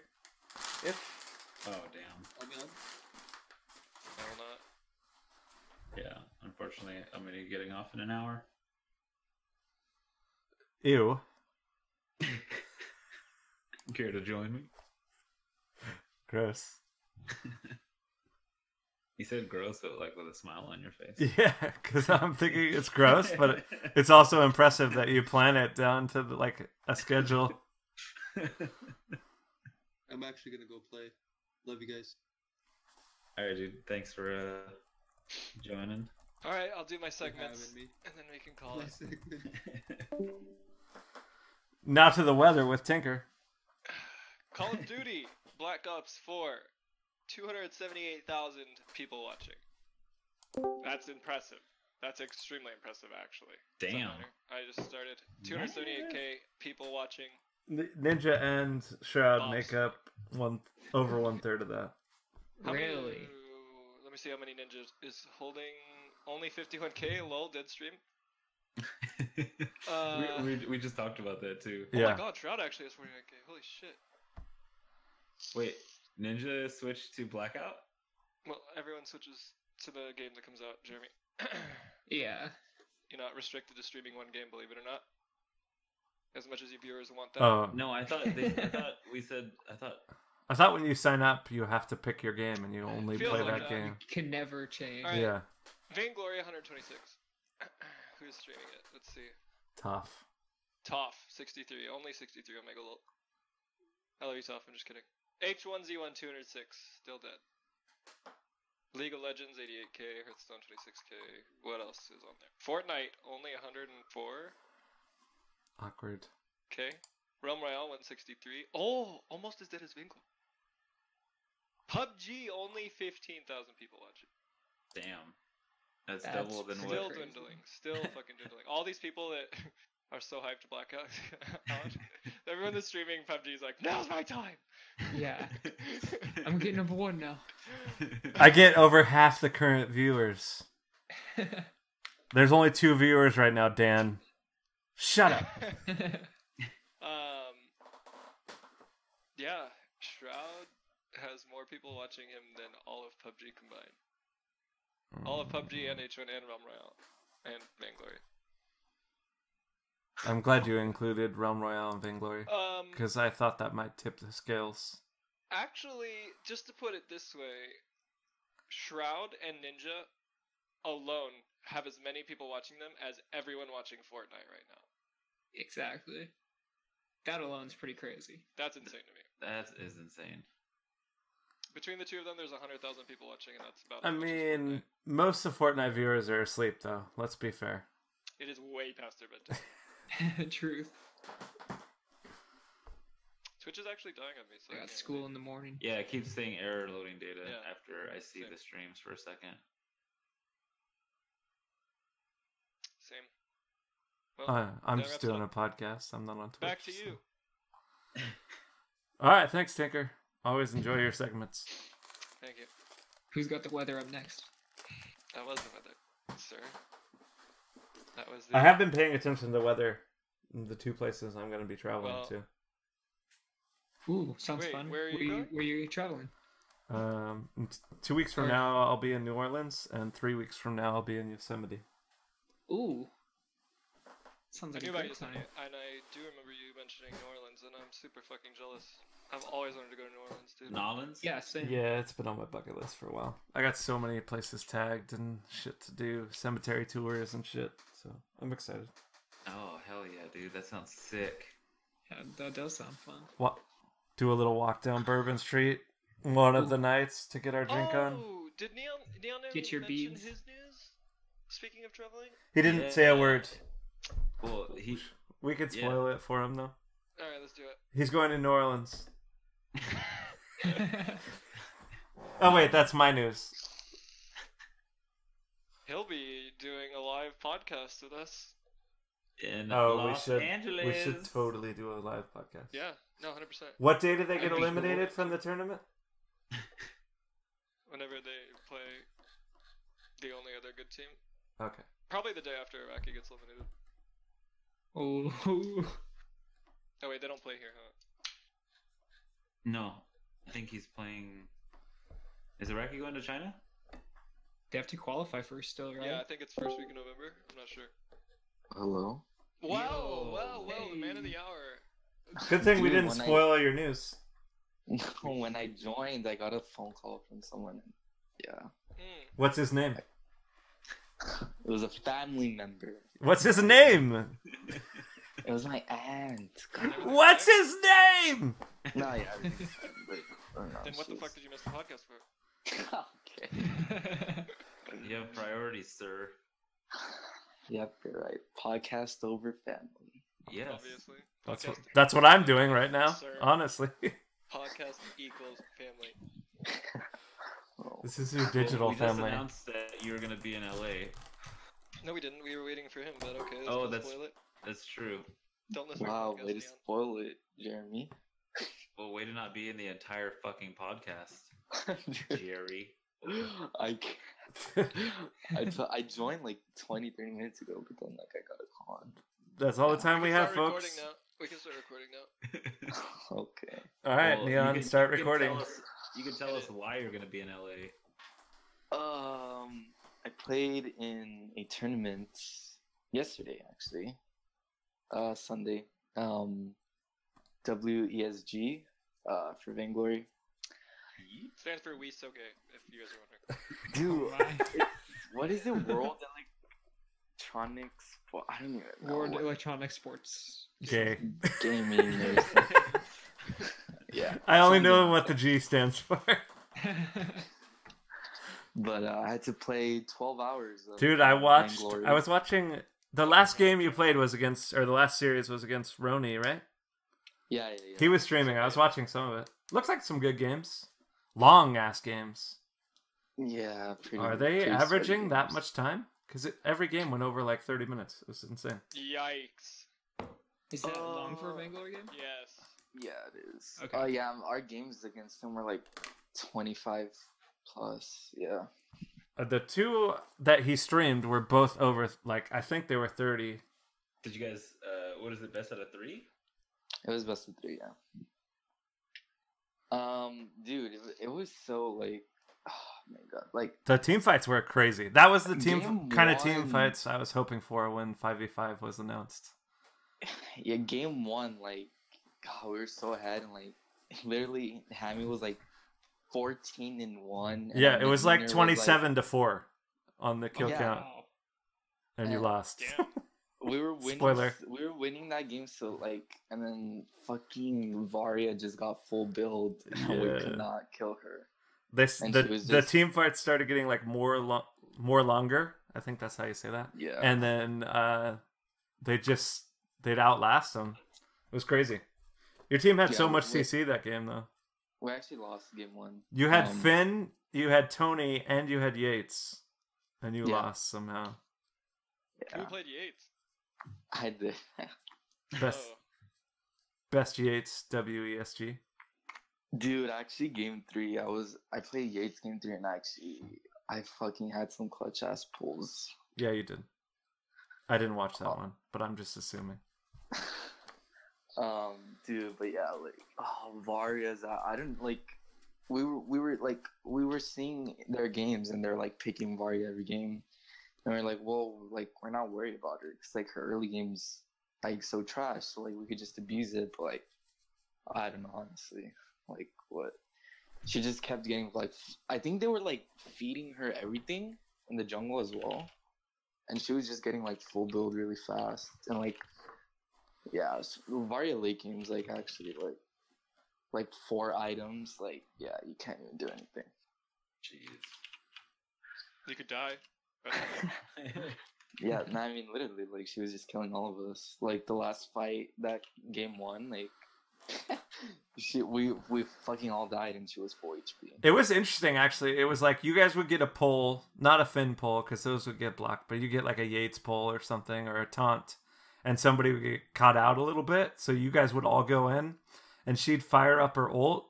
Speaker 3: If
Speaker 1: Oh damn.
Speaker 2: I'm on.
Speaker 5: I will not.
Speaker 1: Yeah. Unfortunately, I'm gonna be getting off in an hour.
Speaker 3: ew.
Speaker 1: Care to join me?
Speaker 3: Gross.
Speaker 1: You said gross, but like with a smile on your face.
Speaker 3: Yeah, because I'm thinking it's gross, but it, it's also impressive that you plan it down to the, like a schedule.
Speaker 2: I'm actually gonna go play. Love you guys.
Speaker 1: All right, dude. Thanks for uh, joining.
Speaker 5: All right, I'll do my
Speaker 2: For having
Speaker 5: segments,
Speaker 2: me.
Speaker 5: and then we can call
Speaker 2: My
Speaker 5: it.
Speaker 2: segment.
Speaker 3: Now to the weather with Tinker.
Speaker 5: Call of Duty Black Ops 4, 278,000 people watching. That's impressive. That's extremely impressive, actually. What's up,
Speaker 1: Damn.
Speaker 5: Hunter? I just started. 278k people watching.
Speaker 3: N- Ninja and Shroud
Speaker 5: Boss.
Speaker 3: make up one over one third of that.
Speaker 5: How many-
Speaker 1: Really?
Speaker 5: let me see how many ninjas is holding. Only 51k. Lol. Dead stream. Uh,
Speaker 1: we, we, we just talked about that too.
Speaker 5: Oh my
Speaker 3: Yeah,
Speaker 5: god, Shroud actually has 49k. Holy shit.
Speaker 1: Wait, Ninja switched to blackout.
Speaker 5: Well, everyone switches to the game that comes out, Jeremy.
Speaker 6: Yeah.
Speaker 5: You're not restricted to streaming one game, believe it or not. As much as you viewers want that.
Speaker 3: Oh,
Speaker 1: No, I thought they, I thought we said I thought
Speaker 3: I thought when you sign up, you have to pick your game and you only
Speaker 5: Feels
Speaker 3: play
Speaker 5: like
Speaker 3: that
Speaker 5: that.
Speaker 3: game.
Speaker 6: Can never change.
Speaker 5: Alright.
Speaker 3: Yeah,
Speaker 5: Vainglory 126. Who's streaming it? Let's see.
Speaker 3: tough.
Speaker 5: Toph 63. Only 63 Omega Lol. I love you, Toph. I'm just kidding. H1Z1 206. Still dead. League of Legends 88k. Hearthstone 26k. What else is on there? Fortnite only 104k.
Speaker 3: Awkward.
Speaker 5: Realm Royale 163. Oh, almost as dead as Vainglory. PUBG only 15,000 people watching.
Speaker 1: damn. That's,
Speaker 6: That's
Speaker 1: double than
Speaker 5: Still
Speaker 1: what.
Speaker 6: crazy.
Speaker 5: dwindling. Still fucking dwindling. All these people that are so hyped to black out. out, Everyone that's streaming PUBG is like, now's my time.
Speaker 6: Yeah. I'm getting number one now.
Speaker 3: I get over half the current viewers. There's only two viewers right now, Dan. Shut up.
Speaker 5: um. Yeah, Shroud has more people watching him than all of PUBG combined. All of PUBG and H1 and Realm Royale and Vainglory.
Speaker 3: I'm glad you included Realm Royale and Vainglory
Speaker 5: Um.
Speaker 3: because I thought that might tip the scales.
Speaker 5: Actually, just to put it this way, Shroud and Ninja alone have as many people watching them as everyone watching Fortnite right now.
Speaker 6: exactly. That alone's pretty crazy.
Speaker 5: That's insane to me.
Speaker 1: that is insane.
Speaker 5: Between the two of them, there's 100,000 people watching, and that's about
Speaker 3: I
Speaker 5: as much as
Speaker 3: mean,
Speaker 5: Fortnite.
Speaker 3: most of Fortnite viewers are asleep, though. Let's be fair.
Speaker 5: it is way past their bedtime.
Speaker 6: Truth.
Speaker 5: Twitch is actually dying on me, so
Speaker 6: I
Speaker 5: I
Speaker 6: got
Speaker 5: can't
Speaker 6: school
Speaker 5: really-
Speaker 6: in the morning.
Speaker 1: Yeah, it keeps saying error loading data
Speaker 5: Yeah,
Speaker 1: after I see
Speaker 5: same.
Speaker 1: the streams for a second.
Speaker 5: Same. Well,
Speaker 3: Uh, I'm
Speaker 5: that
Speaker 3: just
Speaker 5: wraps
Speaker 3: doing a
Speaker 5: up.
Speaker 3: podcast. I'm not on Twitch.
Speaker 5: Back to
Speaker 3: so-
Speaker 5: you.
Speaker 3: All right, thanks, Tinker. Always enjoy your segments.
Speaker 5: Thank you.
Speaker 6: Who's got the weather up next?
Speaker 5: That was the weather, sir. That was the.
Speaker 3: I have been paying attention to the weather in the two places I'm going to be traveling
Speaker 5: Well-
Speaker 6: Ooh, sounds
Speaker 5: Wait,
Speaker 6: fun.
Speaker 5: where are you going?
Speaker 6: where you traveling?
Speaker 3: to. Um, in t- two weeks from
Speaker 6: Or-
Speaker 3: now, I'll be in New Orleans, and three weeks from now, I'll be in Yosemite.
Speaker 6: Ooh. Sounds
Speaker 5: I
Speaker 6: like
Speaker 5: knew
Speaker 6: a
Speaker 5: about
Speaker 6: great
Speaker 5: you,
Speaker 6: time.
Speaker 5: Sunny, e-, and I do remember you mentioning New Orleans, and I'm super fucking jealous. I've always wanted to go to New Orleans, dude.
Speaker 1: Nolans?
Speaker 6: Yeah, same.
Speaker 3: Yeah, it's been on my bucket list for a while. I got so many places tagged and shit to do, cemetery tours and shit. So I'm excited.
Speaker 1: Oh hell yeah, dude! That sounds sick.
Speaker 6: Yeah, that does sound fun.
Speaker 3: What? Do a little walk down Bourbon Street one of the nights to get our drink
Speaker 5: oh,
Speaker 3: on.
Speaker 5: did Neil Neil Newman
Speaker 6: Get your
Speaker 5: mention
Speaker 6: beads.
Speaker 5: his news? Speaking of traveling,
Speaker 3: He didn't say a word.
Speaker 1: Well, he
Speaker 3: We could
Speaker 1: Yeah.
Speaker 3: spoil it for him though.
Speaker 5: all right, let's do it.
Speaker 3: He's going to New Orleans. Oh wait, that's my news.
Speaker 5: He'll be doing a live podcast with us.
Speaker 1: In
Speaker 3: Oh, we
Speaker 1: Los
Speaker 3: should.
Speaker 1: Angeles.
Speaker 3: We should totally do a live podcast.
Speaker 5: Yeah, no, 100%.
Speaker 3: What day did they
Speaker 6: That'd
Speaker 3: get
Speaker 6: be cool.
Speaker 3: eliminated from the tournament?
Speaker 5: Whenever they play the only other good team.
Speaker 3: Okay.
Speaker 5: Probably the day after Iraqi gets eliminated.
Speaker 6: Oh,
Speaker 5: Oh, wait, they don't play here, huh?
Speaker 1: No, I think he's playing. Is Iraqi going to China?
Speaker 6: they have to qualify first, still, right?
Speaker 5: Yeah, I think it's first week of November. I'm not sure.
Speaker 4: Hello.
Speaker 5: Wow,
Speaker 1: Yo,
Speaker 5: wow, wow, the man of
Speaker 6: hey.
Speaker 5: the hour.
Speaker 3: Good thing we
Speaker 4: Dude,
Speaker 3: didn't
Speaker 4: when I-
Speaker 3: spoil all your news.
Speaker 4: when I joined, I got a phone call from someone. Yeah,
Speaker 5: Mm.
Speaker 3: What's his name?
Speaker 4: it was a family member.
Speaker 3: What's his name?
Speaker 4: It was my aunt.
Speaker 3: What's his name?
Speaker 4: no, yeah. everything's fine, but, I don't know,
Speaker 5: Then what the
Speaker 4: she's-
Speaker 5: fuck did you miss the podcast for?
Speaker 4: okay.
Speaker 1: You have priorities, sir.
Speaker 4: Yep, you're right. Podcast over family.
Speaker 1: Yes.
Speaker 5: Obviously.
Speaker 3: That's what,
Speaker 5: Podcast,
Speaker 3: that's what I'm doing right now,
Speaker 5: Sir.
Speaker 3: honestly.
Speaker 5: podcast equals family.
Speaker 4: Oh.
Speaker 3: This is your
Speaker 1: Well,
Speaker 3: digital
Speaker 1: we just
Speaker 3: family.
Speaker 1: announced that you were gonna be in LA.
Speaker 5: No, we didn't. We were waiting for him, but okay.
Speaker 1: Oh,
Speaker 5: Oh, that's...
Speaker 1: that's-
Speaker 5: Spoil it.
Speaker 1: That's true.
Speaker 5: Don't listen
Speaker 4: Wow,
Speaker 5: to
Speaker 4: way to spoil it, Jeremy.
Speaker 1: Well, way to not be in the entire fucking podcast, Jerry.
Speaker 4: I can't. I, t- I joined like 20, 30 minutes ago, but then like I got a call.
Speaker 3: That's all the time we have,
Speaker 5: recording
Speaker 3: folks.
Speaker 5: Now. We can start recording now.
Speaker 4: Okay.
Speaker 3: All right,
Speaker 1: Well, you
Speaker 3: Neon,
Speaker 1: can-
Speaker 3: start
Speaker 1: you can tell
Speaker 3: recording.
Speaker 1: us- You can tell us why you're gonna be in LA.
Speaker 4: Um, I played in a tournament yesterday, actually. Uh, Sunday. Um, WESG, uh, for Vainglory.
Speaker 5: Stands for We So Gay, if you guys are wondering.
Speaker 4: Dude,
Speaker 6: Oh my.
Speaker 4: what is it? World Electronics? Well, I don't even know.
Speaker 6: Ward
Speaker 4: what
Speaker 6: Electronic Sports.
Speaker 3: Gay.
Speaker 4: gaming or something. yeah.
Speaker 3: I only know
Speaker 4: something.
Speaker 3: what the G stands for.
Speaker 4: But uh, I had to play 12 hours. Of
Speaker 3: Dude, I
Speaker 4: uh,
Speaker 3: watched.
Speaker 4: Vainglory.
Speaker 3: I was watching. The last game you played was against, or the last series was against Roni, right?
Speaker 4: Yeah, yeah, yeah.
Speaker 3: He was streaming. I was watching some of it. Looks like some good games. Long ass games.
Speaker 4: Yeah, pretty
Speaker 3: Are they
Speaker 4: pretty
Speaker 3: averaging
Speaker 4: sweaty
Speaker 3: that
Speaker 4: games.
Speaker 3: much time? Because every game went over like 30 minutes. It was insane.
Speaker 5: Yikes.
Speaker 6: Is that long for a
Speaker 5: Uh,
Speaker 4: Oh.
Speaker 6: Bangalore game?
Speaker 5: Yes.
Speaker 4: Yeah, it is.
Speaker 6: Okay.
Speaker 4: Oh, yeah, um, our games against them were like 25 plus. Yeah.
Speaker 3: Uh, the two that he streamed were both over, like, I think they were 30.
Speaker 1: Did you guys? Uh, what is it? Best out of three?
Speaker 4: It was best of three, yeah. Um, dude, it, wa- it was so like, oh my god, like,
Speaker 3: The team fights were crazy. That was the team
Speaker 4: Game
Speaker 3: kind of team
Speaker 4: one.
Speaker 3: fights I was hoping for when 5v5 was announced.
Speaker 4: yeah, game one, like, god, we were so ahead, and like, literally, Hammy was like 14 and one. and
Speaker 3: Yeah, it
Speaker 4: the
Speaker 3: was like
Speaker 4: winner
Speaker 3: 27 to 4 on the kill
Speaker 4: Yeah.
Speaker 3: count,
Speaker 6: Wow.
Speaker 3: and you
Speaker 4: Yeah.
Speaker 3: lost.
Speaker 5: Damn.
Speaker 4: We were winning.
Speaker 3: Spoiler.
Speaker 4: We were winning that game, so like, and then fucking Varia just got full build, and we
Speaker 3: Yeah.
Speaker 4: could not kill her.
Speaker 3: They s
Speaker 4: And
Speaker 3: the,
Speaker 4: she was
Speaker 3: the
Speaker 4: just-
Speaker 3: team fights started getting like more lo- more longer. I think that's how you say that.
Speaker 4: Yeah.
Speaker 3: And then uh, they just they'd outlast them. It was crazy. Your team had so
Speaker 4: Yeah,
Speaker 3: much
Speaker 4: we-
Speaker 3: CC that game though.
Speaker 4: we actually lost game one.
Speaker 3: You had
Speaker 4: Um,
Speaker 3: Finn, you had Tony, and you had Yates, and you
Speaker 4: Yeah.
Speaker 3: lost somehow.
Speaker 4: Yeah,
Speaker 5: Who played Yates?
Speaker 4: I did.
Speaker 3: Best
Speaker 5: Oh.
Speaker 3: best Yates W E S G.
Speaker 4: Dude, actually, game three, I was I played Yates game three, and actually, I fucking had some clutch ass pulls.
Speaker 3: Yeah, you did. I didn't watch that
Speaker 4: Oh.
Speaker 3: one, but I'm just assuming.
Speaker 4: Um, dude, but yeah, like oh, Varia's. I, I don't like. We were we were like we were seeing their games and they're like picking Varia every game, and we're like, well, like we're not worried about her because like her early games like so trash, so like we could just abuse it. But like, I don't know, honestly, like what she just kept getting like I think they were like feeding her everything in the jungle as well, and she was just getting like full build really fast and like yeah, s- Varia late games like actually like like four items like yeah you can't even do anything.
Speaker 1: Jeez.
Speaker 5: You could die.
Speaker 4: yeah,
Speaker 6: Mm-hmm.
Speaker 4: no, I mean literally like she was just killing all of us. Like the last fight that game one like she, we we fucking all died, and she was full HP.
Speaker 3: It was interesting, actually. It was like you guys would get a poll, not a fin poll, because those would get blocked, but you get like a Yates poll or something or a taunt, and somebody would get caught out a little bit. So you guys would all go in, and she'd fire up her ult,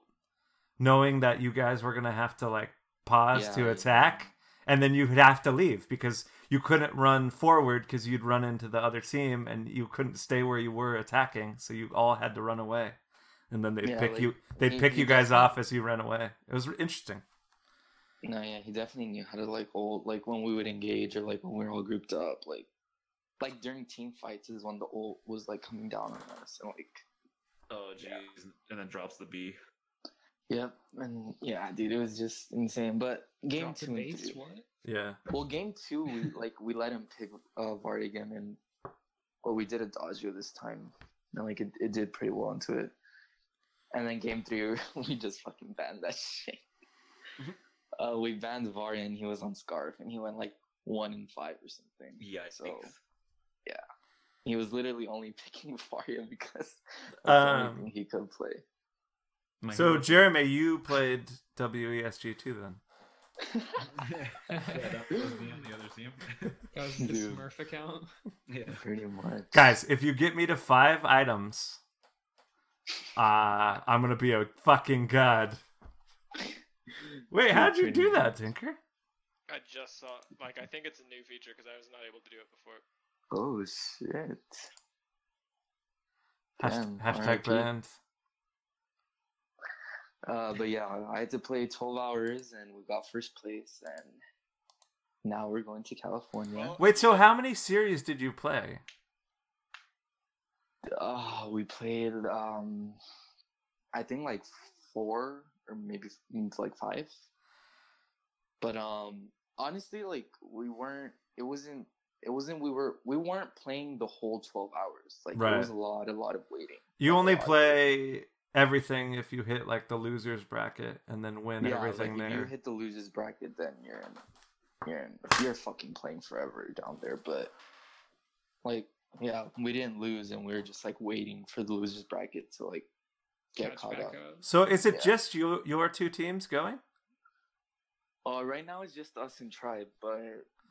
Speaker 3: knowing that you guys were gonna have to like pause
Speaker 4: Yeah,
Speaker 3: to
Speaker 4: yeah.
Speaker 3: attack, and then you'd have to leave because you couldn't run forward because you'd run into the other team, and you couldn't stay where you were attacking. So you all had to run away, and then they'd
Speaker 4: Yeah,
Speaker 3: pick
Speaker 4: like,
Speaker 3: you. They'd
Speaker 4: he-
Speaker 3: pick
Speaker 4: he
Speaker 3: you guys
Speaker 4: definitely-
Speaker 3: off as you ran away. It was interesting.
Speaker 4: No, yeah, he definitely knew how to like old like when we would engage or like when we were all grouped up, like like during team fights is when the ult was like coming down on us and like
Speaker 1: Oh jeez, and then drops the B.
Speaker 4: yep and yeah, dude, it was just insane. But game
Speaker 6: Drop the
Speaker 4: two, and
Speaker 6: base.
Speaker 4: three,
Speaker 6: What?
Speaker 3: Yeah.
Speaker 4: well, game two, we like we let him pick uh, Vardy again, and well, we did a Dodgio this time, and like it, it did pretty well into it. And then game three, we just fucking banned that shit. uh, we banned Vardy, and he was on Scarf, and he went like one in five or something.
Speaker 1: Yeah,
Speaker 4: So- He was literally only picking Varia because that's the
Speaker 3: Um,
Speaker 4: only thing he could play.
Speaker 3: So Jeremy, you played WESG too then?
Speaker 1: yeah, that was me on the other team.
Speaker 6: That was the
Speaker 4: Dude.
Speaker 6: Smurf account.
Speaker 1: yeah,
Speaker 4: Pretty much.
Speaker 3: Guys, if you get me to five items, uh, I'm gonna be a fucking god. Wait, how'd you do that, Tinker?
Speaker 5: I just saw. Like, I think it's a new feature because I was not able to do it before.
Speaker 4: Oh shit.
Speaker 3: Hasht-
Speaker 4: Damn,
Speaker 3: hashtag
Speaker 4: RIP.
Speaker 3: banned.
Speaker 4: Uh, but yeah, I had to play 12 hours and we got first place and now we're going to California.
Speaker 5: Well-
Speaker 3: Wait, so how many series did you play?
Speaker 4: Uh, we played, um, I think like four or maybe f- like five. But um, honestly, like we weren't. It wasn't. It wasn't. We were. We weren't playing the whole 12 hours. Like there
Speaker 3: Right.
Speaker 4: was a lot, a lot of waiting.
Speaker 3: You only
Speaker 4: God.
Speaker 3: play everything if you hit like the losers bracket and then win
Speaker 4: yeah,
Speaker 3: everything
Speaker 4: like, if you
Speaker 3: there.
Speaker 4: hit the losers bracket, then you're in. You're in. You're fucking playing forever down there. But like, yeah, we didn't lose, and we were just like waiting for the losers bracket to like get
Speaker 6: Catch
Speaker 4: caught
Speaker 6: back
Speaker 4: up.
Speaker 3: So is it
Speaker 4: Yeah.
Speaker 3: just you your two teams going?
Speaker 4: Uh, right now it's just us and Tribe, but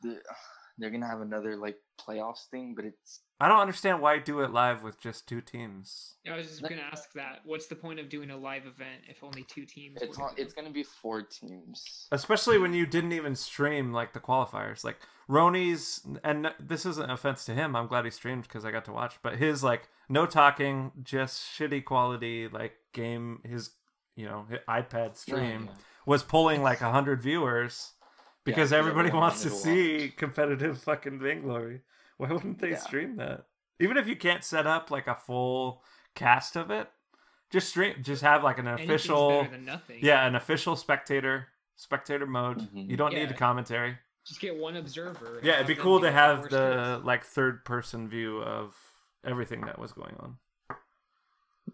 Speaker 4: the, they're gonna have another like playoffs thing. But it's
Speaker 3: I don't understand why do it live with just two teams.
Speaker 6: I was just
Speaker 4: Let-
Speaker 6: gonna ask that. What's the point of doing a live event if only two teams?
Speaker 4: it's
Speaker 6: were
Speaker 4: on,
Speaker 6: gonna-
Speaker 4: it's gonna be four teams.
Speaker 3: especially when you didn't even stream like the qualifiers like roni's and n- this isn't an offense to him i'm glad he streamed because i got to watch but his like no talking just shitty quality like game his you know his ipad
Speaker 4: Yeah,
Speaker 3: stream
Speaker 4: yeah.
Speaker 3: was pulling like 100 viewers because
Speaker 4: Yeah,
Speaker 3: everybody
Speaker 4: everyone
Speaker 3: wants to
Speaker 4: wanted to
Speaker 3: see
Speaker 4: watch.
Speaker 3: competitive fucking vainglory why wouldn't they
Speaker 4: Yeah.
Speaker 3: stream that even if you can't set up like a full cast of it just stream just have like an
Speaker 6: Anything's
Speaker 3: official
Speaker 6: better than nothing.
Speaker 3: yeah, an official spectator spectator mode.
Speaker 4: Mhm.
Speaker 3: You don't
Speaker 6: Yeah.
Speaker 3: need commentary.
Speaker 6: Just get one observer. and
Speaker 3: Yeah, it'd be
Speaker 6: have them
Speaker 3: cool to
Speaker 6: deal with
Speaker 3: have
Speaker 6: worst
Speaker 3: the
Speaker 6: case.
Speaker 3: like third person view of everything that was going on.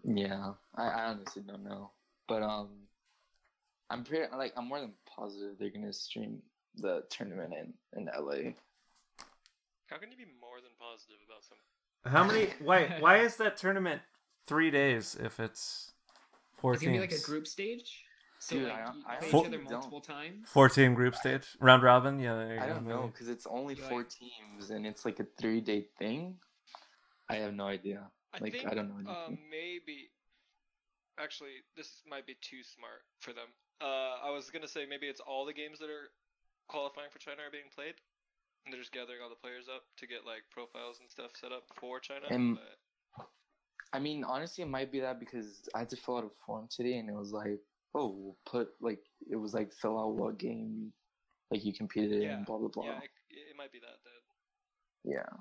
Speaker 4: Yeah, I, I honestly don't know, but um, I'm pretty like I'm more than positive they're gonna stream the tournament in in LA.
Speaker 5: How can you be more than positive about something?
Speaker 3: How many why why is that tournament 3 days if it's 4
Speaker 6: It's gonna be like a group stage. So
Speaker 4: Dude,
Speaker 6: like
Speaker 4: I-
Speaker 6: you
Speaker 4: I
Speaker 6: play
Speaker 3: honestly
Speaker 6: each other
Speaker 4: don't.
Speaker 6: multiple times.
Speaker 3: 4 team group stage round robin yeah there you
Speaker 4: I
Speaker 3: go,
Speaker 4: don't
Speaker 3: maybe.
Speaker 4: know because it's only
Speaker 6: You're
Speaker 4: four
Speaker 6: like-
Speaker 4: teams and it's like a three day thing. I have no idea.
Speaker 5: I
Speaker 4: Like,
Speaker 5: think
Speaker 4: I don't know
Speaker 5: uh,
Speaker 4: anything.
Speaker 5: maybe. Actually, this might be too smart for them. Uh, I was gonna say maybe it's all the games that are qualifying for China are being played, and they're just gathering all the players up to get like profiles and stuff set up for China.
Speaker 4: And-
Speaker 5: but
Speaker 4: I mean, honestly, it might be that because I had to fill out a form today and it was like, oh, we'll put like it was like fill out what game like you competed
Speaker 5: Yeah,
Speaker 4: in, blah blah blah.
Speaker 5: yeah, it, it might be that then.
Speaker 4: yeah.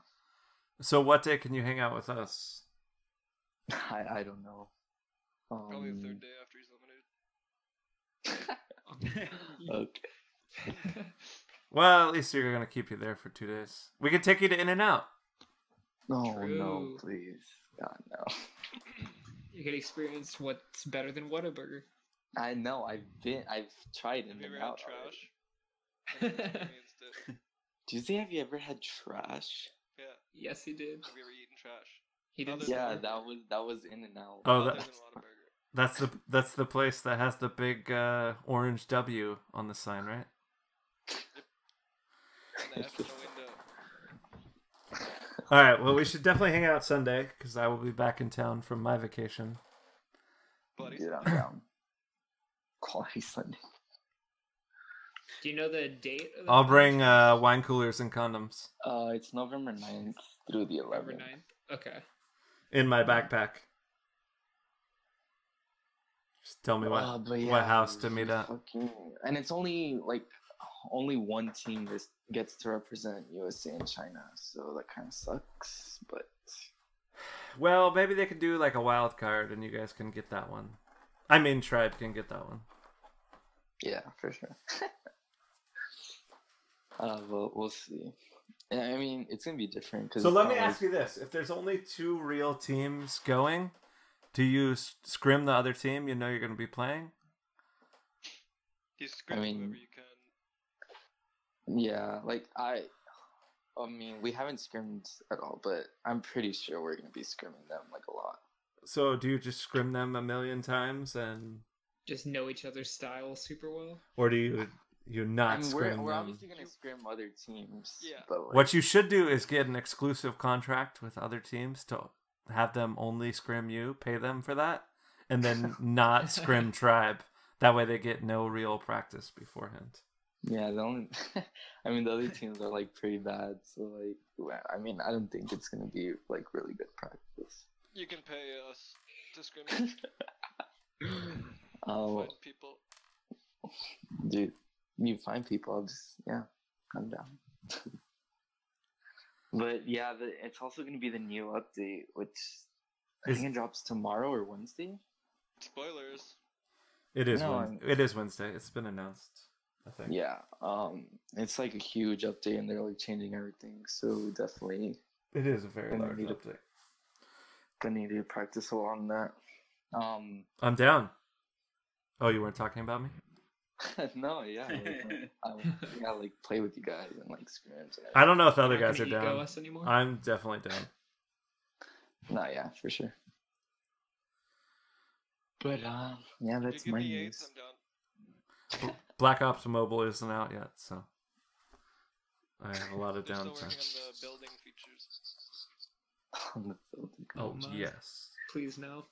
Speaker 3: So what day can you hang out with us?
Speaker 4: I I don't know. Um,
Speaker 5: Probably the third day after he's eliminated.
Speaker 4: Okay.
Speaker 3: Well, at least you're going to keep you there for 2 days. We can take you to in and out.
Speaker 4: Oh, No,
Speaker 6: True.
Speaker 4: no, please. God, no.
Speaker 6: you can experience what's better than Whataburger.
Speaker 4: I know. I've been. I've tried
Speaker 5: Have
Speaker 4: in
Speaker 5: you
Speaker 4: and
Speaker 5: ever had
Speaker 4: out. already.
Speaker 5: trash? I've never experienced it.
Speaker 4: Do you say have you ever had trash?
Speaker 5: Yeah.
Speaker 6: Yes, he did.
Speaker 5: Have you ever eaten trash?
Speaker 6: He did.
Speaker 5: Other
Speaker 6: say
Speaker 4: Yeah,
Speaker 5: than-
Speaker 4: that was that was in and out.
Speaker 3: Oh,
Speaker 5: Other
Speaker 3: that,
Speaker 5: than Whataburger.
Speaker 3: That's the that's the place that has the big uh, orange W on the sign, right?
Speaker 5: And the F in the window.
Speaker 3: All right. Well, we should definitely hang out Sunday because I will be back in town from my vacation.
Speaker 5: Bloody
Speaker 4: Dude, I'm down. Quality Sunday.
Speaker 6: Do you know the date? Of the
Speaker 3: I'll bring uh, wine coolers and condoms
Speaker 4: Uh, it's November 9th through the
Speaker 6: November
Speaker 4: 11th.
Speaker 6: 9th. Okay.
Speaker 3: in my backpack. Just tell me what
Speaker 4: Uh, but
Speaker 3: what
Speaker 4: yeah,
Speaker 3: house to
Speaker 4: we
Speaker 3: meet at.
Speaker 4: fucking- And it's only like only one team that gets to represent USA and China, so that kind of sucks. But
Speaker 3: Well, maybe they can do like a wild card, and you guys can get that one. I mean, tribe can get that one.
Speaker 4: yeah, for sure. uh, we'll we'll see. And, I mean, it's gonna be different because.
Speaker 3: So let me ask you this: If there's only two real teams going, do you s- scrim the other team you know you're going to be playing?
Speaker 5: You scrimp
Speaker 4: mean-
Speaker 5: whoever you can.
Speaker 4: Yeah, like I, I mean, we haven't scrimmed at all, but I'm pretty sure we're gonna be scrimming them like a lot.
Speaker 3: So do you just scrim them a million times, and
Speaker 6: Just know each other's style super well.
Speaker 3: or do you you not
Speaker 4: I mean, we're,
Speaker 3: scrim
Speaker 4: we're
Speaker 3: them?
Speaker 4: obviously gonna scrim other teams.
Speaker 5: Yeah.
Speaker 4: But like,
Speaker 3: What you should do is get an exclusive contract with other teams to have them only scrim you, pay them for that, and then not scrim tribe. That way they get no real practice beforehand.
Speaker 4: Yeah, the only, I mean, the other teams are like pretty bad, so like, well, I mean, I don't think it's gonna be like really good practice.
Speaker 5: You can pay us to scrimmage.
Speaker 4: Oh, Um,
Speaker 5: Find people.
Speaker 4: dude, you find people, I'll just yeah, I'm down. but yeah, the, it's also gonna be the new update, which I
Speaker 3: Is-
Speaker 4: think it drops tomorrow or Wednesday.
Speaker 5: Spoilers.
Speaker 3: It is
Speaker 4: No,
Speaker 3: Wednesday. it is Wednesday. It's been announced. I think.
Speaker 4: Yeah, um, it's like a huge update, and they're like changing everything, so definitely
Speaker 3: It is a very
Speaker 4: And they
Speaker 3: large
Speaker 4: need to-
Speaker 3: update.
Speaker 4: gonna need to practice along that. Um,
Speaker 3: I'm down. Oh, you weren't talking about me?
Speaker 4: no, yeah, like, I yeah, like play with you guys and like scrims. And
Speaker 3: I don't know if the other
Speaker 6: Not
Speaker 3: guys are
Speaker 6: gonna ego
Speaker 3: down.
Speaker 6: us anymore.
Speaker 3: I'm definitely down.
Speaker 4: no, yeah, for sure. But um, yeah, that's
Speaker 5: you
Speaker 4: my
Speaker 5: give me eights,
Speaker 4: news.
Speaker 5: E I'm down.
Speaker 3: Black Ops Mobile isn't out yet, so I have a lot of
Speaker 5: They're still working on
Speaker 3: downtime.
Speaker 5: the building features.
Speaker 4: on the building.
Speaker 3: Oh
Speaker 6: Oh my.
Speaker 3: yes.
Speaker 6: Please no.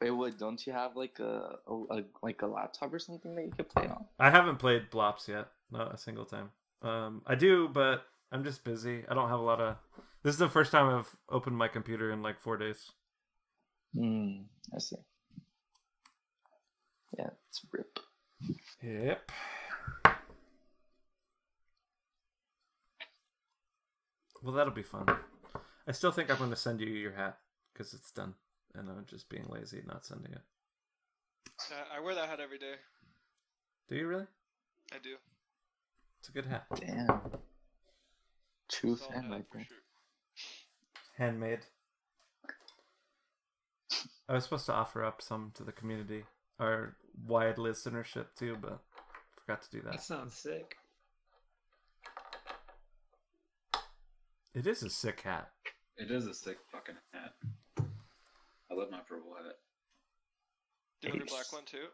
Speaker 4: Wait, what? Don't you have like a, a, a like a laptop or something that you could play on?
Speaker 3: I haven't played Blops yet, not a single time. Um, I do, but I'm just busy. I don't have a lot of. This is the first time I've opened my computer in like four days.
Speaker 4: Hmm, I see. Yeah, it's rip.
Speaker 3: Yep. Well, that'll be fun. I still think I'm going to send you your hat because it's done, and I'm just being lazy not sending it.
Speaker 5: Uh, I wear that hat every day.
Speaker 3: Do you really?
Speaker 5: I do.
Speaker 3: It's a good hat.
Speaker 4: Damn. True
Speaker 5: It's all
Speaker 4: fan, my
Speaker 5: hat for
Speaker 4: friend.
Speaker 5: sure.
Speaker 3: Handmade. I was supposed to offer up some to the community, our wide listenership too, but forgot to do
Speaker 6: That
Speaker 3: that.
Speaker 6: sounds sick.
Speaker 3: It is a sick hat.
Speaker 1: It is a sick fucking hat. I love my purple hat.
Speaker 5: Do you want your black
Speaker 4: Ace.
Speaker 5: one too?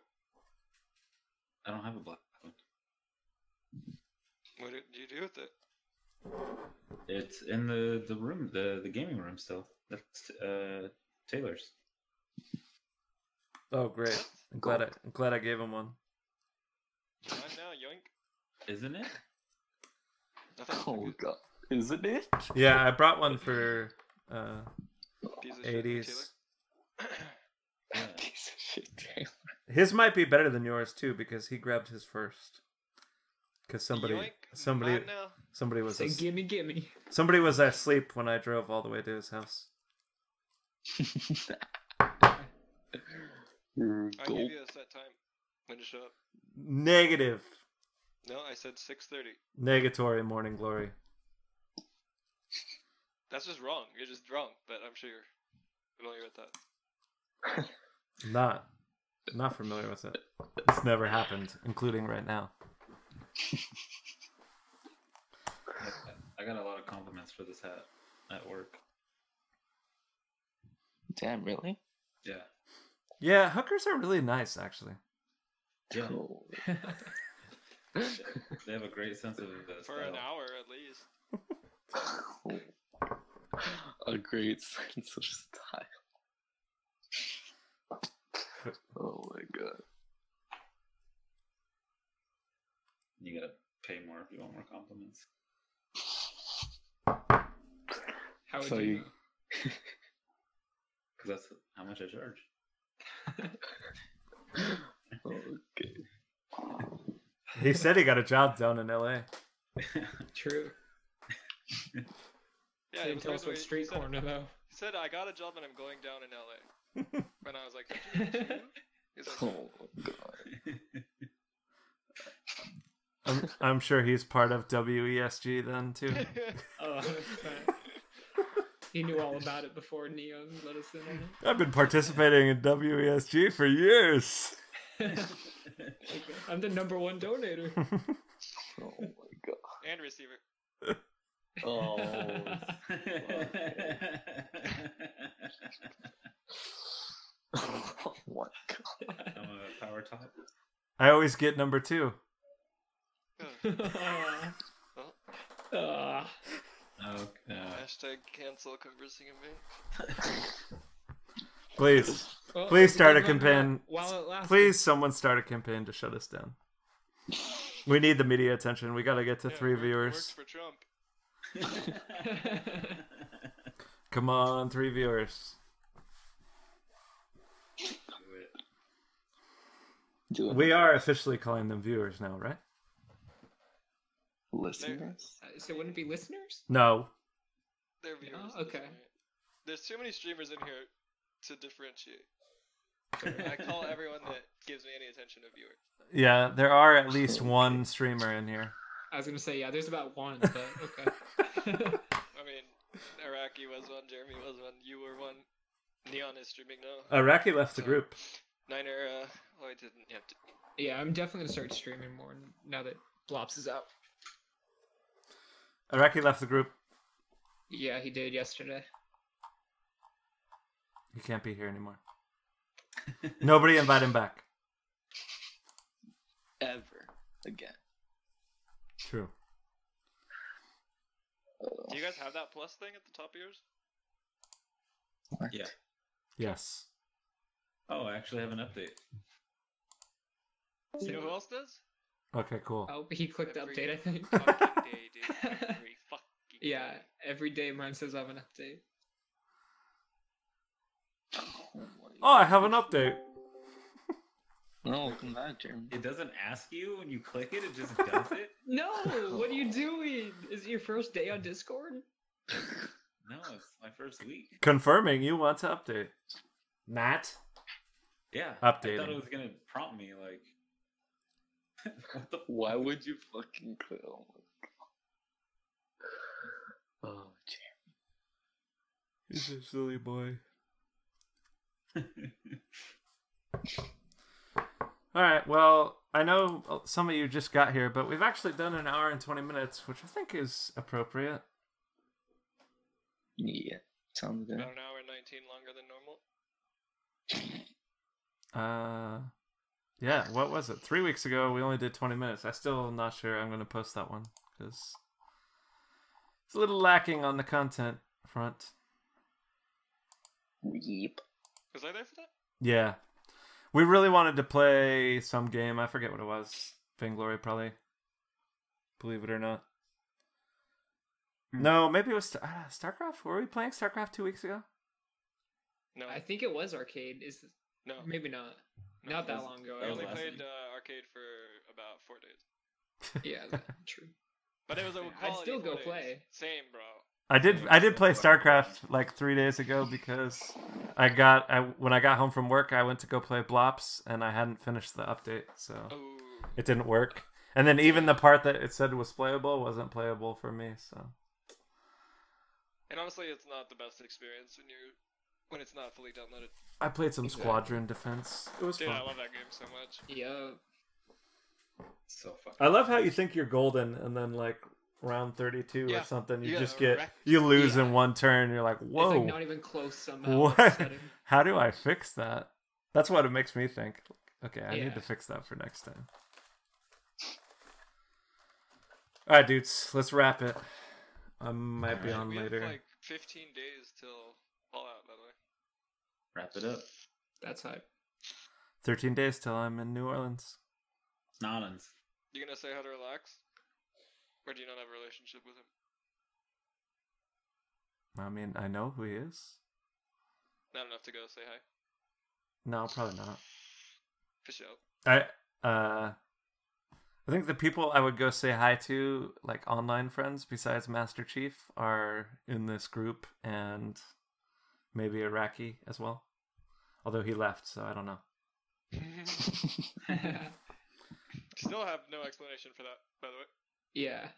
Speaker 1: I don't have a black one.
Speaker 5: What do you do with it?
Speaker 1: It's in the the room, the the gaming room still. That's uh Taylor's.
Speaker 3: Oh, great! I'm glad I, I'm glad I gave him one.
Speaker 5: Mine now, yoink.
Speaker 1: Isn't it?
Speaker 5: I thought it was
Speaker 4: Oh god, isn't it?
Speaker 3: Yeah, I brought one for uh,
Speaker 5: a piece of shit from
Speaker 3: 80s.
Speaker 5: Taylor.
Speaker 1: Yeah.
Speaker 4: Piece of shit. Damn.
Speaker 3: His might be better than yours too because he grabbed his first. Because somebody,
Speaker 5: Yoink,
Speaker 3: somebody,
Speaker 5: mine now.
Speaker 3: somebody was
Speaker 6: Say
Speaker 3: as-
Speaker 6: gimme gimme.
Speaker 3: somebody was asleep when I drove all the way to his house.
Speaker 4: Hmm,
Speaker 5: I give you a set time when to show up.
Speaker 3: Negative,
Speaker 5: No, I said 6:30.
Speaker 3: negatory morning glory.
Speaker 5: That's just wrong. You're just drunk, but I'm sure you're familiar with that.
Speaker 3: Not, not familiar with it. It's never happened, including right now.
Speaker 1: I got a lot of compliments for this hat at work.
Speaker 4: Damn, really?
Speaker 1: Yeah.
Speaker 3: Yeah, hookers are really nice, actually.
Speaker 1: Yeah.
Speaker 4: Cool.
Speaker 1: They have a great sense of uh,
Speaker 5: For an
Speaker 1: style.
Speaker 5: hour at least.
Speaker 4: a great sense of style. oh my god.
Speaker 1: You gotta pay more if you want more compliments.
Speaker 6: How would
Speaker 4: So
Speaker 6: you?
Speaker 4: you-
Speaker 6: know?
Speaker 1: Because that's how much I charge.
Speaker 4: Oh Okay.
Speaker 3: He said he got a job down in L.A.
Speaker 6: True.
Speaker 5: Yeah, it
Speaker 6: Didn't
Speaker 5: was weird
Speaker 6: tell us
Speaker 5: the way
Speaker 6: what
Speaker 5: he
Speaker 6: street
Speaker 5: said it.
Speaker 6: corner though.
Speaker 5: He said, I got a job and I'm going down in LA. and I was like, "Did you- did you?" He's like,
Speaker 4: Oh my god.
Speaker 3: I'm, I'm sure he's part of WESG then too.
Speaker 1: oh,
Speaker 6: He knew all about it before Neon let us in on it.
Speaker 3: I've been participating in WESG for years.
Speaker 6: I'm the number one donator.
Speaker 4: Oh my god.
Speaker 5: and receiver.
Speaker 1: oh.
Speaker 4: oh my god.
Speaker 1: I'm a power top.
Speaker 3: I always get number two.
Speaker 5: Ugh.
Speaker 6: Ah. Ah.
Speaker 1: Oh, uh,
Speaker 5: Hashtag cancel conversing in vain.
Speaker 3: Please,
Speaker 6: Well,
Speaker 3: Please start a
Speaker 6: remember that
Speaker 3: campaign.
Speaker 6: While it lasts,
Speaker 3: please, someone start a campaign to shut us down. We need the media attention. We got to get to
Speaker 5: Yeah,
Speaker 3: three
Speaker 5: work-
Speaker 3: viewers.
Speaker 5: Work for Trump.
Speaker 3: Come on, three viewers.
Speaker 1: do it.
Speaker 4: Do it.
Speaker 3: We are officially calling them viewers now, right?
Speaker 4: listeners.
Speaker 6: Uh, So wouldn't it be listeners?
Speaker 3: No.
Speaker 5: They're viewers.
Speaker 6: Oh, okay.
Speaker 5: There's too many streamers in here to differentiate. I call everyone that gives me any attention a viewer.
Speaker 3: Yeah, there are at least one streamer in here.
Speaker 6: I was gonna say yeah. There's about one, but okay.
Speaker 5: I mean, Iraqi was one, Jeremy was one, you were one. Neon is streaming now.
Speaker 3: Iraqi left the group.
Speaker 5: Niner, uh, oh, I didn't. Yeah, d-
Speaker 6: yeah, I'm definitely gonna start streaming more now that Blops is out.
Speaker 3: Iraqi left the group.
Speaker 6: Yeah, he did yesterday.
Speaker 3: He can't be here anymore. Nobody invite him back.
Speaker 4: Ever again.
Speaker 3: True.
Speaker 5: do you guys have that plus thing at the top of yours?
Speaker 1: Yeah.
Speaker 3: Yes.
Speaker 1: Oh, I actually have an update.
Speaker 5: You know who else does?
Speaker 3: Okay, cool.
Speaker 6: Oh, he clicked
Speaker 5: Every
Speaker 6: update. I think.
Speaker 5: Fucking day, dude. Every fucking
Speaker 6: Yeah,
Speaker 5: day.
Speaker 6: every day mine says I have an update.
Speaker 4: Oh my
Speaker 3: Oh, I have an update.
Speaker 4: No, come back, Jeremy.
Speaker 1: It doesn't ask you when you click it; it just does it.
Speaker 6: No, what are you doing? Is it your first day on Discord?
Speaker 1: No, it's my first week.
Speaker 3: Confirming you want to update. Matt?
Speaker 1: Yeah, I thought
Speaker 3: Updating.
Speaker 1: it was gonna prompt me like, what the?
Speaker 4: Why would you fucking quit? Oh my god. Oh, Jeremy.
Speaker 3: He's a silly boy. All right. Well, I know uh, some of you just got here, but we've actually done an hour and 20 minutes, which I think is appropriate.
Speaker 4: Yeah. Sounds good.
Speaker 5: About an hour and 19 longer than normal.
Speaker 3: Uh, yeah, what was it? Three weeks ago, we only did 20 minutes. I still am not sure I'm going to post that one because it's a little lacking on the content front.
Speaker 4: Weep.
Speaker 5: Was I there for that?
Speaker 3: Yeah. We really wanted to play some game. I forget what it was. Vainglory, probably. Believe it or not.
Speaker 1: Hmm.
Speaker 3: No, maybe it was Star- uh, StarCraft. Were we playing StarCraft two weeks ago?
Speaker 5: No.
Speaker 6: I think it was arcade. Is
Speaker 5: no.
Speaker 6: maybe not.
Speaker 5: No,
Speaker 6: not
Speaker 1: that
Speaker 6: that
Speaker 1: was-
Speaker 6: long ago.
Speaker 1: that
Speaker 5: I
Speaker 6: I
Speaker 1: was
Speaker 5: only
Speaker 6: only
Speaker 1: last
Speaker 5: played
Speaker 1: week.
Speaker 5: uh, arcade for about four days.
Speaker 6: Yeah, that- true.
Speaker 5: But it was a
Speaker 6: Yeah, I'd
Speaker 5: quality
Speaker 6: still go
Speaker 5: four days.
Speaker 6: play.
Speaker 5: Same, bro.
Speaker 3: I did. I did play StarCraft like three days ago because I got I when I got home from work, I went to go play Blops, and I hadn't finished the update, so
Speaker 5: Oh,
Speaker 3: it didn't work. And then even the part that it said was playable wasn't playable for me. So
Speaker 5: and honestly, it's not the best experience when you're when it's not fully downloaded.
Speaker 3: I played some
Speaker 6: Exactly.
Speaker 3: Squadron Defense. It was
Speaker 5: Dude,
Speaker 3: fun.
Speaker 5: I love that game so much.
Speaker 6: Yeah.
Speaker 1: So fucking.
Speaker 3: I love how you think you're golden, and then like round 32
Speaker 5: Yeah.
Speaker 3: or something, you
Speaker 5: Yeah,
Speaker 3: just get
Speaker 5: wrecked.
Speaker 3: you lose
Speaker 6: Yeah.
Speaker 3: in one turn. You're like,
Speaker 6: It's
Speaker 3: whoa,
Speaker 6: like not even close somehow.
Speaker 3: What?
Speaker 6: upsetting.
Speaker 3: how do I fix that? That's what it makes me think. Okay, I
Speaker 6: Yeah.
Speaker 3: need to fix that for next time. All right, dudes, let's wrap it. I might be
Speaker 1: Alright,
Speaker 3: on
Speaker 5: we
Speaker 3: later.
Speaker 5: have like 15 days till Fallout, by the way.
Speaker 1: Wrap it up.
Speaker 6: That's hype.
Speaker 3: 13 days till I'm in New Orleans.
Speaker 1: Nolans.
Speaker 5: You gonna say how to relax? Or do you not have a relationship with him?
Speaker 3: I mean, I know who he is.
Speaker 5: Not enough to go say hi.
Speaker 3: No, probably not.
Speaker 5: For sure.
Speaker 3: I uh I think the people I would go say hi to, like online friends besides Master Chief, are in this group and maybe Iraqi as well. Although he left, so I don't know.
Speaker 5: Still have no explanation for that, by the way.
Speaker 6: yeah.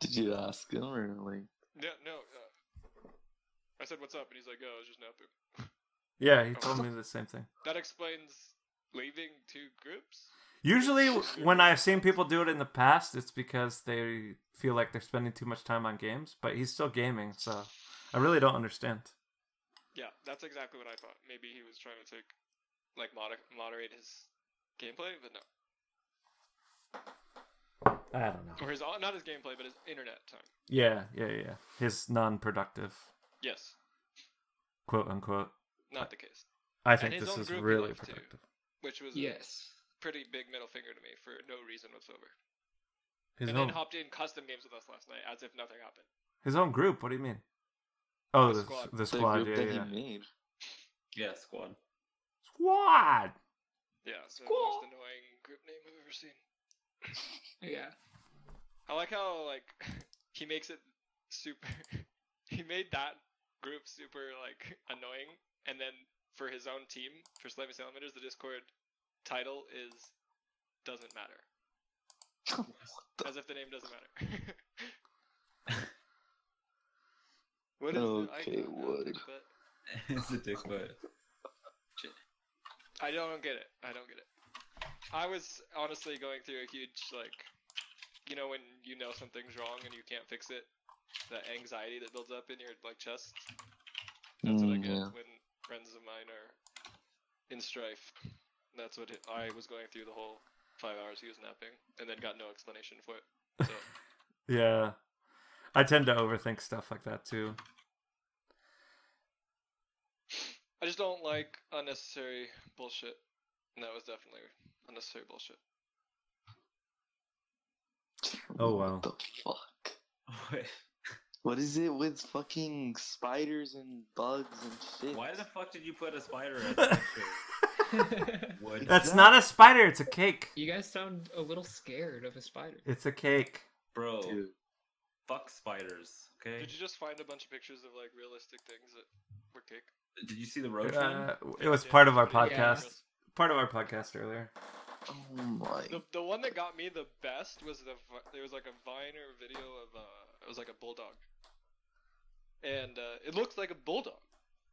Speaker 4: Did you ask him or like?
Speaker 5: No, no. Uh, I said, what's up? And he's like, oh, I was just napping.
Speaker 3: Yeah, he told me the same thing.
Speaker 5: That explains leaving two groups?
Speaker 3: Usually, when I've seen people do it in the past, it's because they feel like they're spending too much time on games. But he's still gaming, so I really don't understand.
Speaker 5: Yeah, that's exactly what I thought. Maybe he was trying to take, like, moder- moderate his gameplay, but no.
Speaker 3: I don't know.
Speaker 5: Or his, on- not his gameplay, but his internet time.
Speaker 3: Yeah, yeah, yeah. His non-productive,
Speaker 5: Yes,
Speaker 3: quote unquote.
Speaker 5: not the case.
Speaker 3: I
Speaker 5: And
Speaker 3: think
Speaker 5: his
Speaker 3: this
Speaker 5: own
Speaker 3: is
Speaker 5: group he
Speaker 3: really
Speaker 5: left, too.
Speaker 3: productive.
Speaker 5: Which was a
Speaker 6: Yes.
Speaker 5: pretty big middle finger to me for no reason whatsoever.
Speaker 3: His
Speaker 5: and
Speaker 3: own,
Speaker 5: then hopped in custom games with us last night as if nothing happened.
Speaker 3: his own group. What do you mean? Oh,
Speaker 5: The
Speaker 3: the
Speaker 5: squad.
Speaker 3: the squad.
Speaker 4: the
Speaker 3: yeah,
Speaker 4: group that
Speaker 3: yeah.
Speaker 4: he made.
Speaker 1: Yeah, squad.
Speaker 3: Squad.
Speaker 5: Yeah, so
Speaker 6: Squall.
Speaker 5: the most annoying group name I've ever seen.
Speaker 6: Yeah.
Speaker 5: I like how like he makes it super. he made that group super like annoying, and then for his own team for Slimy Salamanders, the Discord title is doesn't matter. As if the name doesn't matter. what is the
Speaker 4: Okay,
Speaker 5: icon? No,
Speaker 4: what?
Speaker 5: dick butt.
Speaker 1: it's a dick butt.
Speaker 5: I don't get it. I don't get it. I was honestly going through a huge like, you know, when you know something's wrong and you can't fix it, that anxiety that builds up in your like chest. That's what I
Speaker 4: Mm,
Speaker 5: get
Speaker 4: yeah.
Speaker 5: when friends of mine are in strife. That's what it, I was going through the whole five hours he was napping, and then got no explanation for it. So
Speaker 3: Yeah, I tend to overthink stuff like that too.
Speaker 5: I just don't like unnecessary bullshit, and that was definitely unnecessary bullshit.
Speaker 3: Oh, wow.
Speaker 4: What the fuck?
Speaker 1: Wait,
Speaker 4: What is it with fucking spiders and bugs and shit?
Speaker 1: Why the fuck did you put a spider as a picture? Wood.
Speaker 3: That's not a spider. It's a cake.
Speaker 6: you guys sound a little scared of a spider.
Speaker 3: It's a cake.
Speaker 1: Bro,
Speaker 4: Dude.
Speaker 1: fuck spiders, okay?
Speaker 5: Did you just find a bunch of pictures of like realistic things that were cake?
Speaker 1: Did you see the road
Speaker 3: Uh,
Speaker 1: train?
Speaker 3: it was part of our
Speaker 6: Yeah.
Speaker 3: podcast. Part of our podcast earlier.
Speaker 4: Oh my.
Speaker 5: The, the one that got me the best was the vi- there was like a Viner video of uh it was like a bulldog, and uh, it looked like a bulldog,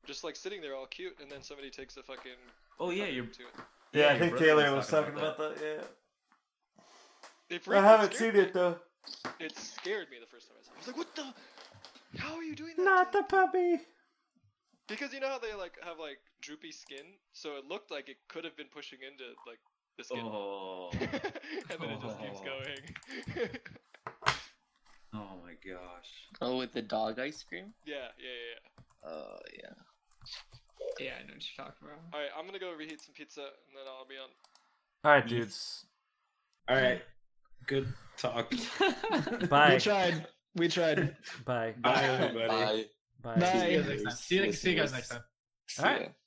Speaker 5: just like sitting there all cute, and then somebody takes a fucking
Speaker 1: Oh, yeah,
Speaker 5: cutter
Speaker 1: you're.
Speaker 5: to it.
Speaker 1: Yeah, I think Brooke Taylor was was talking talking about
Speaker 3: that.
Speaker 5: It
Speaker 3: Yeah,
Speaker 5: freaking scared me.
Speaker 3: though.
Speaker 5: It scared me the first time I saw. it. I was like, what the? How are you doing that?
Speaker 3: Not
Speaker 5: to
Speaker 3: the
Speaker 5: me?"
Speaker 3: puppy.
Speaker 5: Because you know how they like have like droopy skin, so it looked like it could have been pushing into like the skin.
Speaker 1: Oh,
Speaker 5: and then it just keeps
Speaker 1: Oh.
Speaker 5: going.
Speaker 1: oh my gosh.
Speaker 4: Oh, with the dog ice cream?
Speaker 5: yeah, yeah, yeah. yeah.
Speaker 4: Oh, yeah.
Speaker 6: Yeah, I know what you're talking about.
Speaker 5: All right, I'm gonna go reheat some pizza, and then I'll be on.
Speaker 3: All right, dudes.
Speaker 1: All right. Good talk.
Speaker 3: Bye.
Speaker 7: We tried. We tried.
Speaker 3: Bye.
Speaker 1: Bye, everybody.
Speaker 4: Bye.
Speaker 3: Bye.
Speaker 7: Bye.
Speaker 6: See you
Speaker 4: Bye.
Speaker 6: guys next time.
Speaker 7: See you, see you guys next time.
Speaker 4: See
Speaker 3: Alright.
Speaker 4: ya.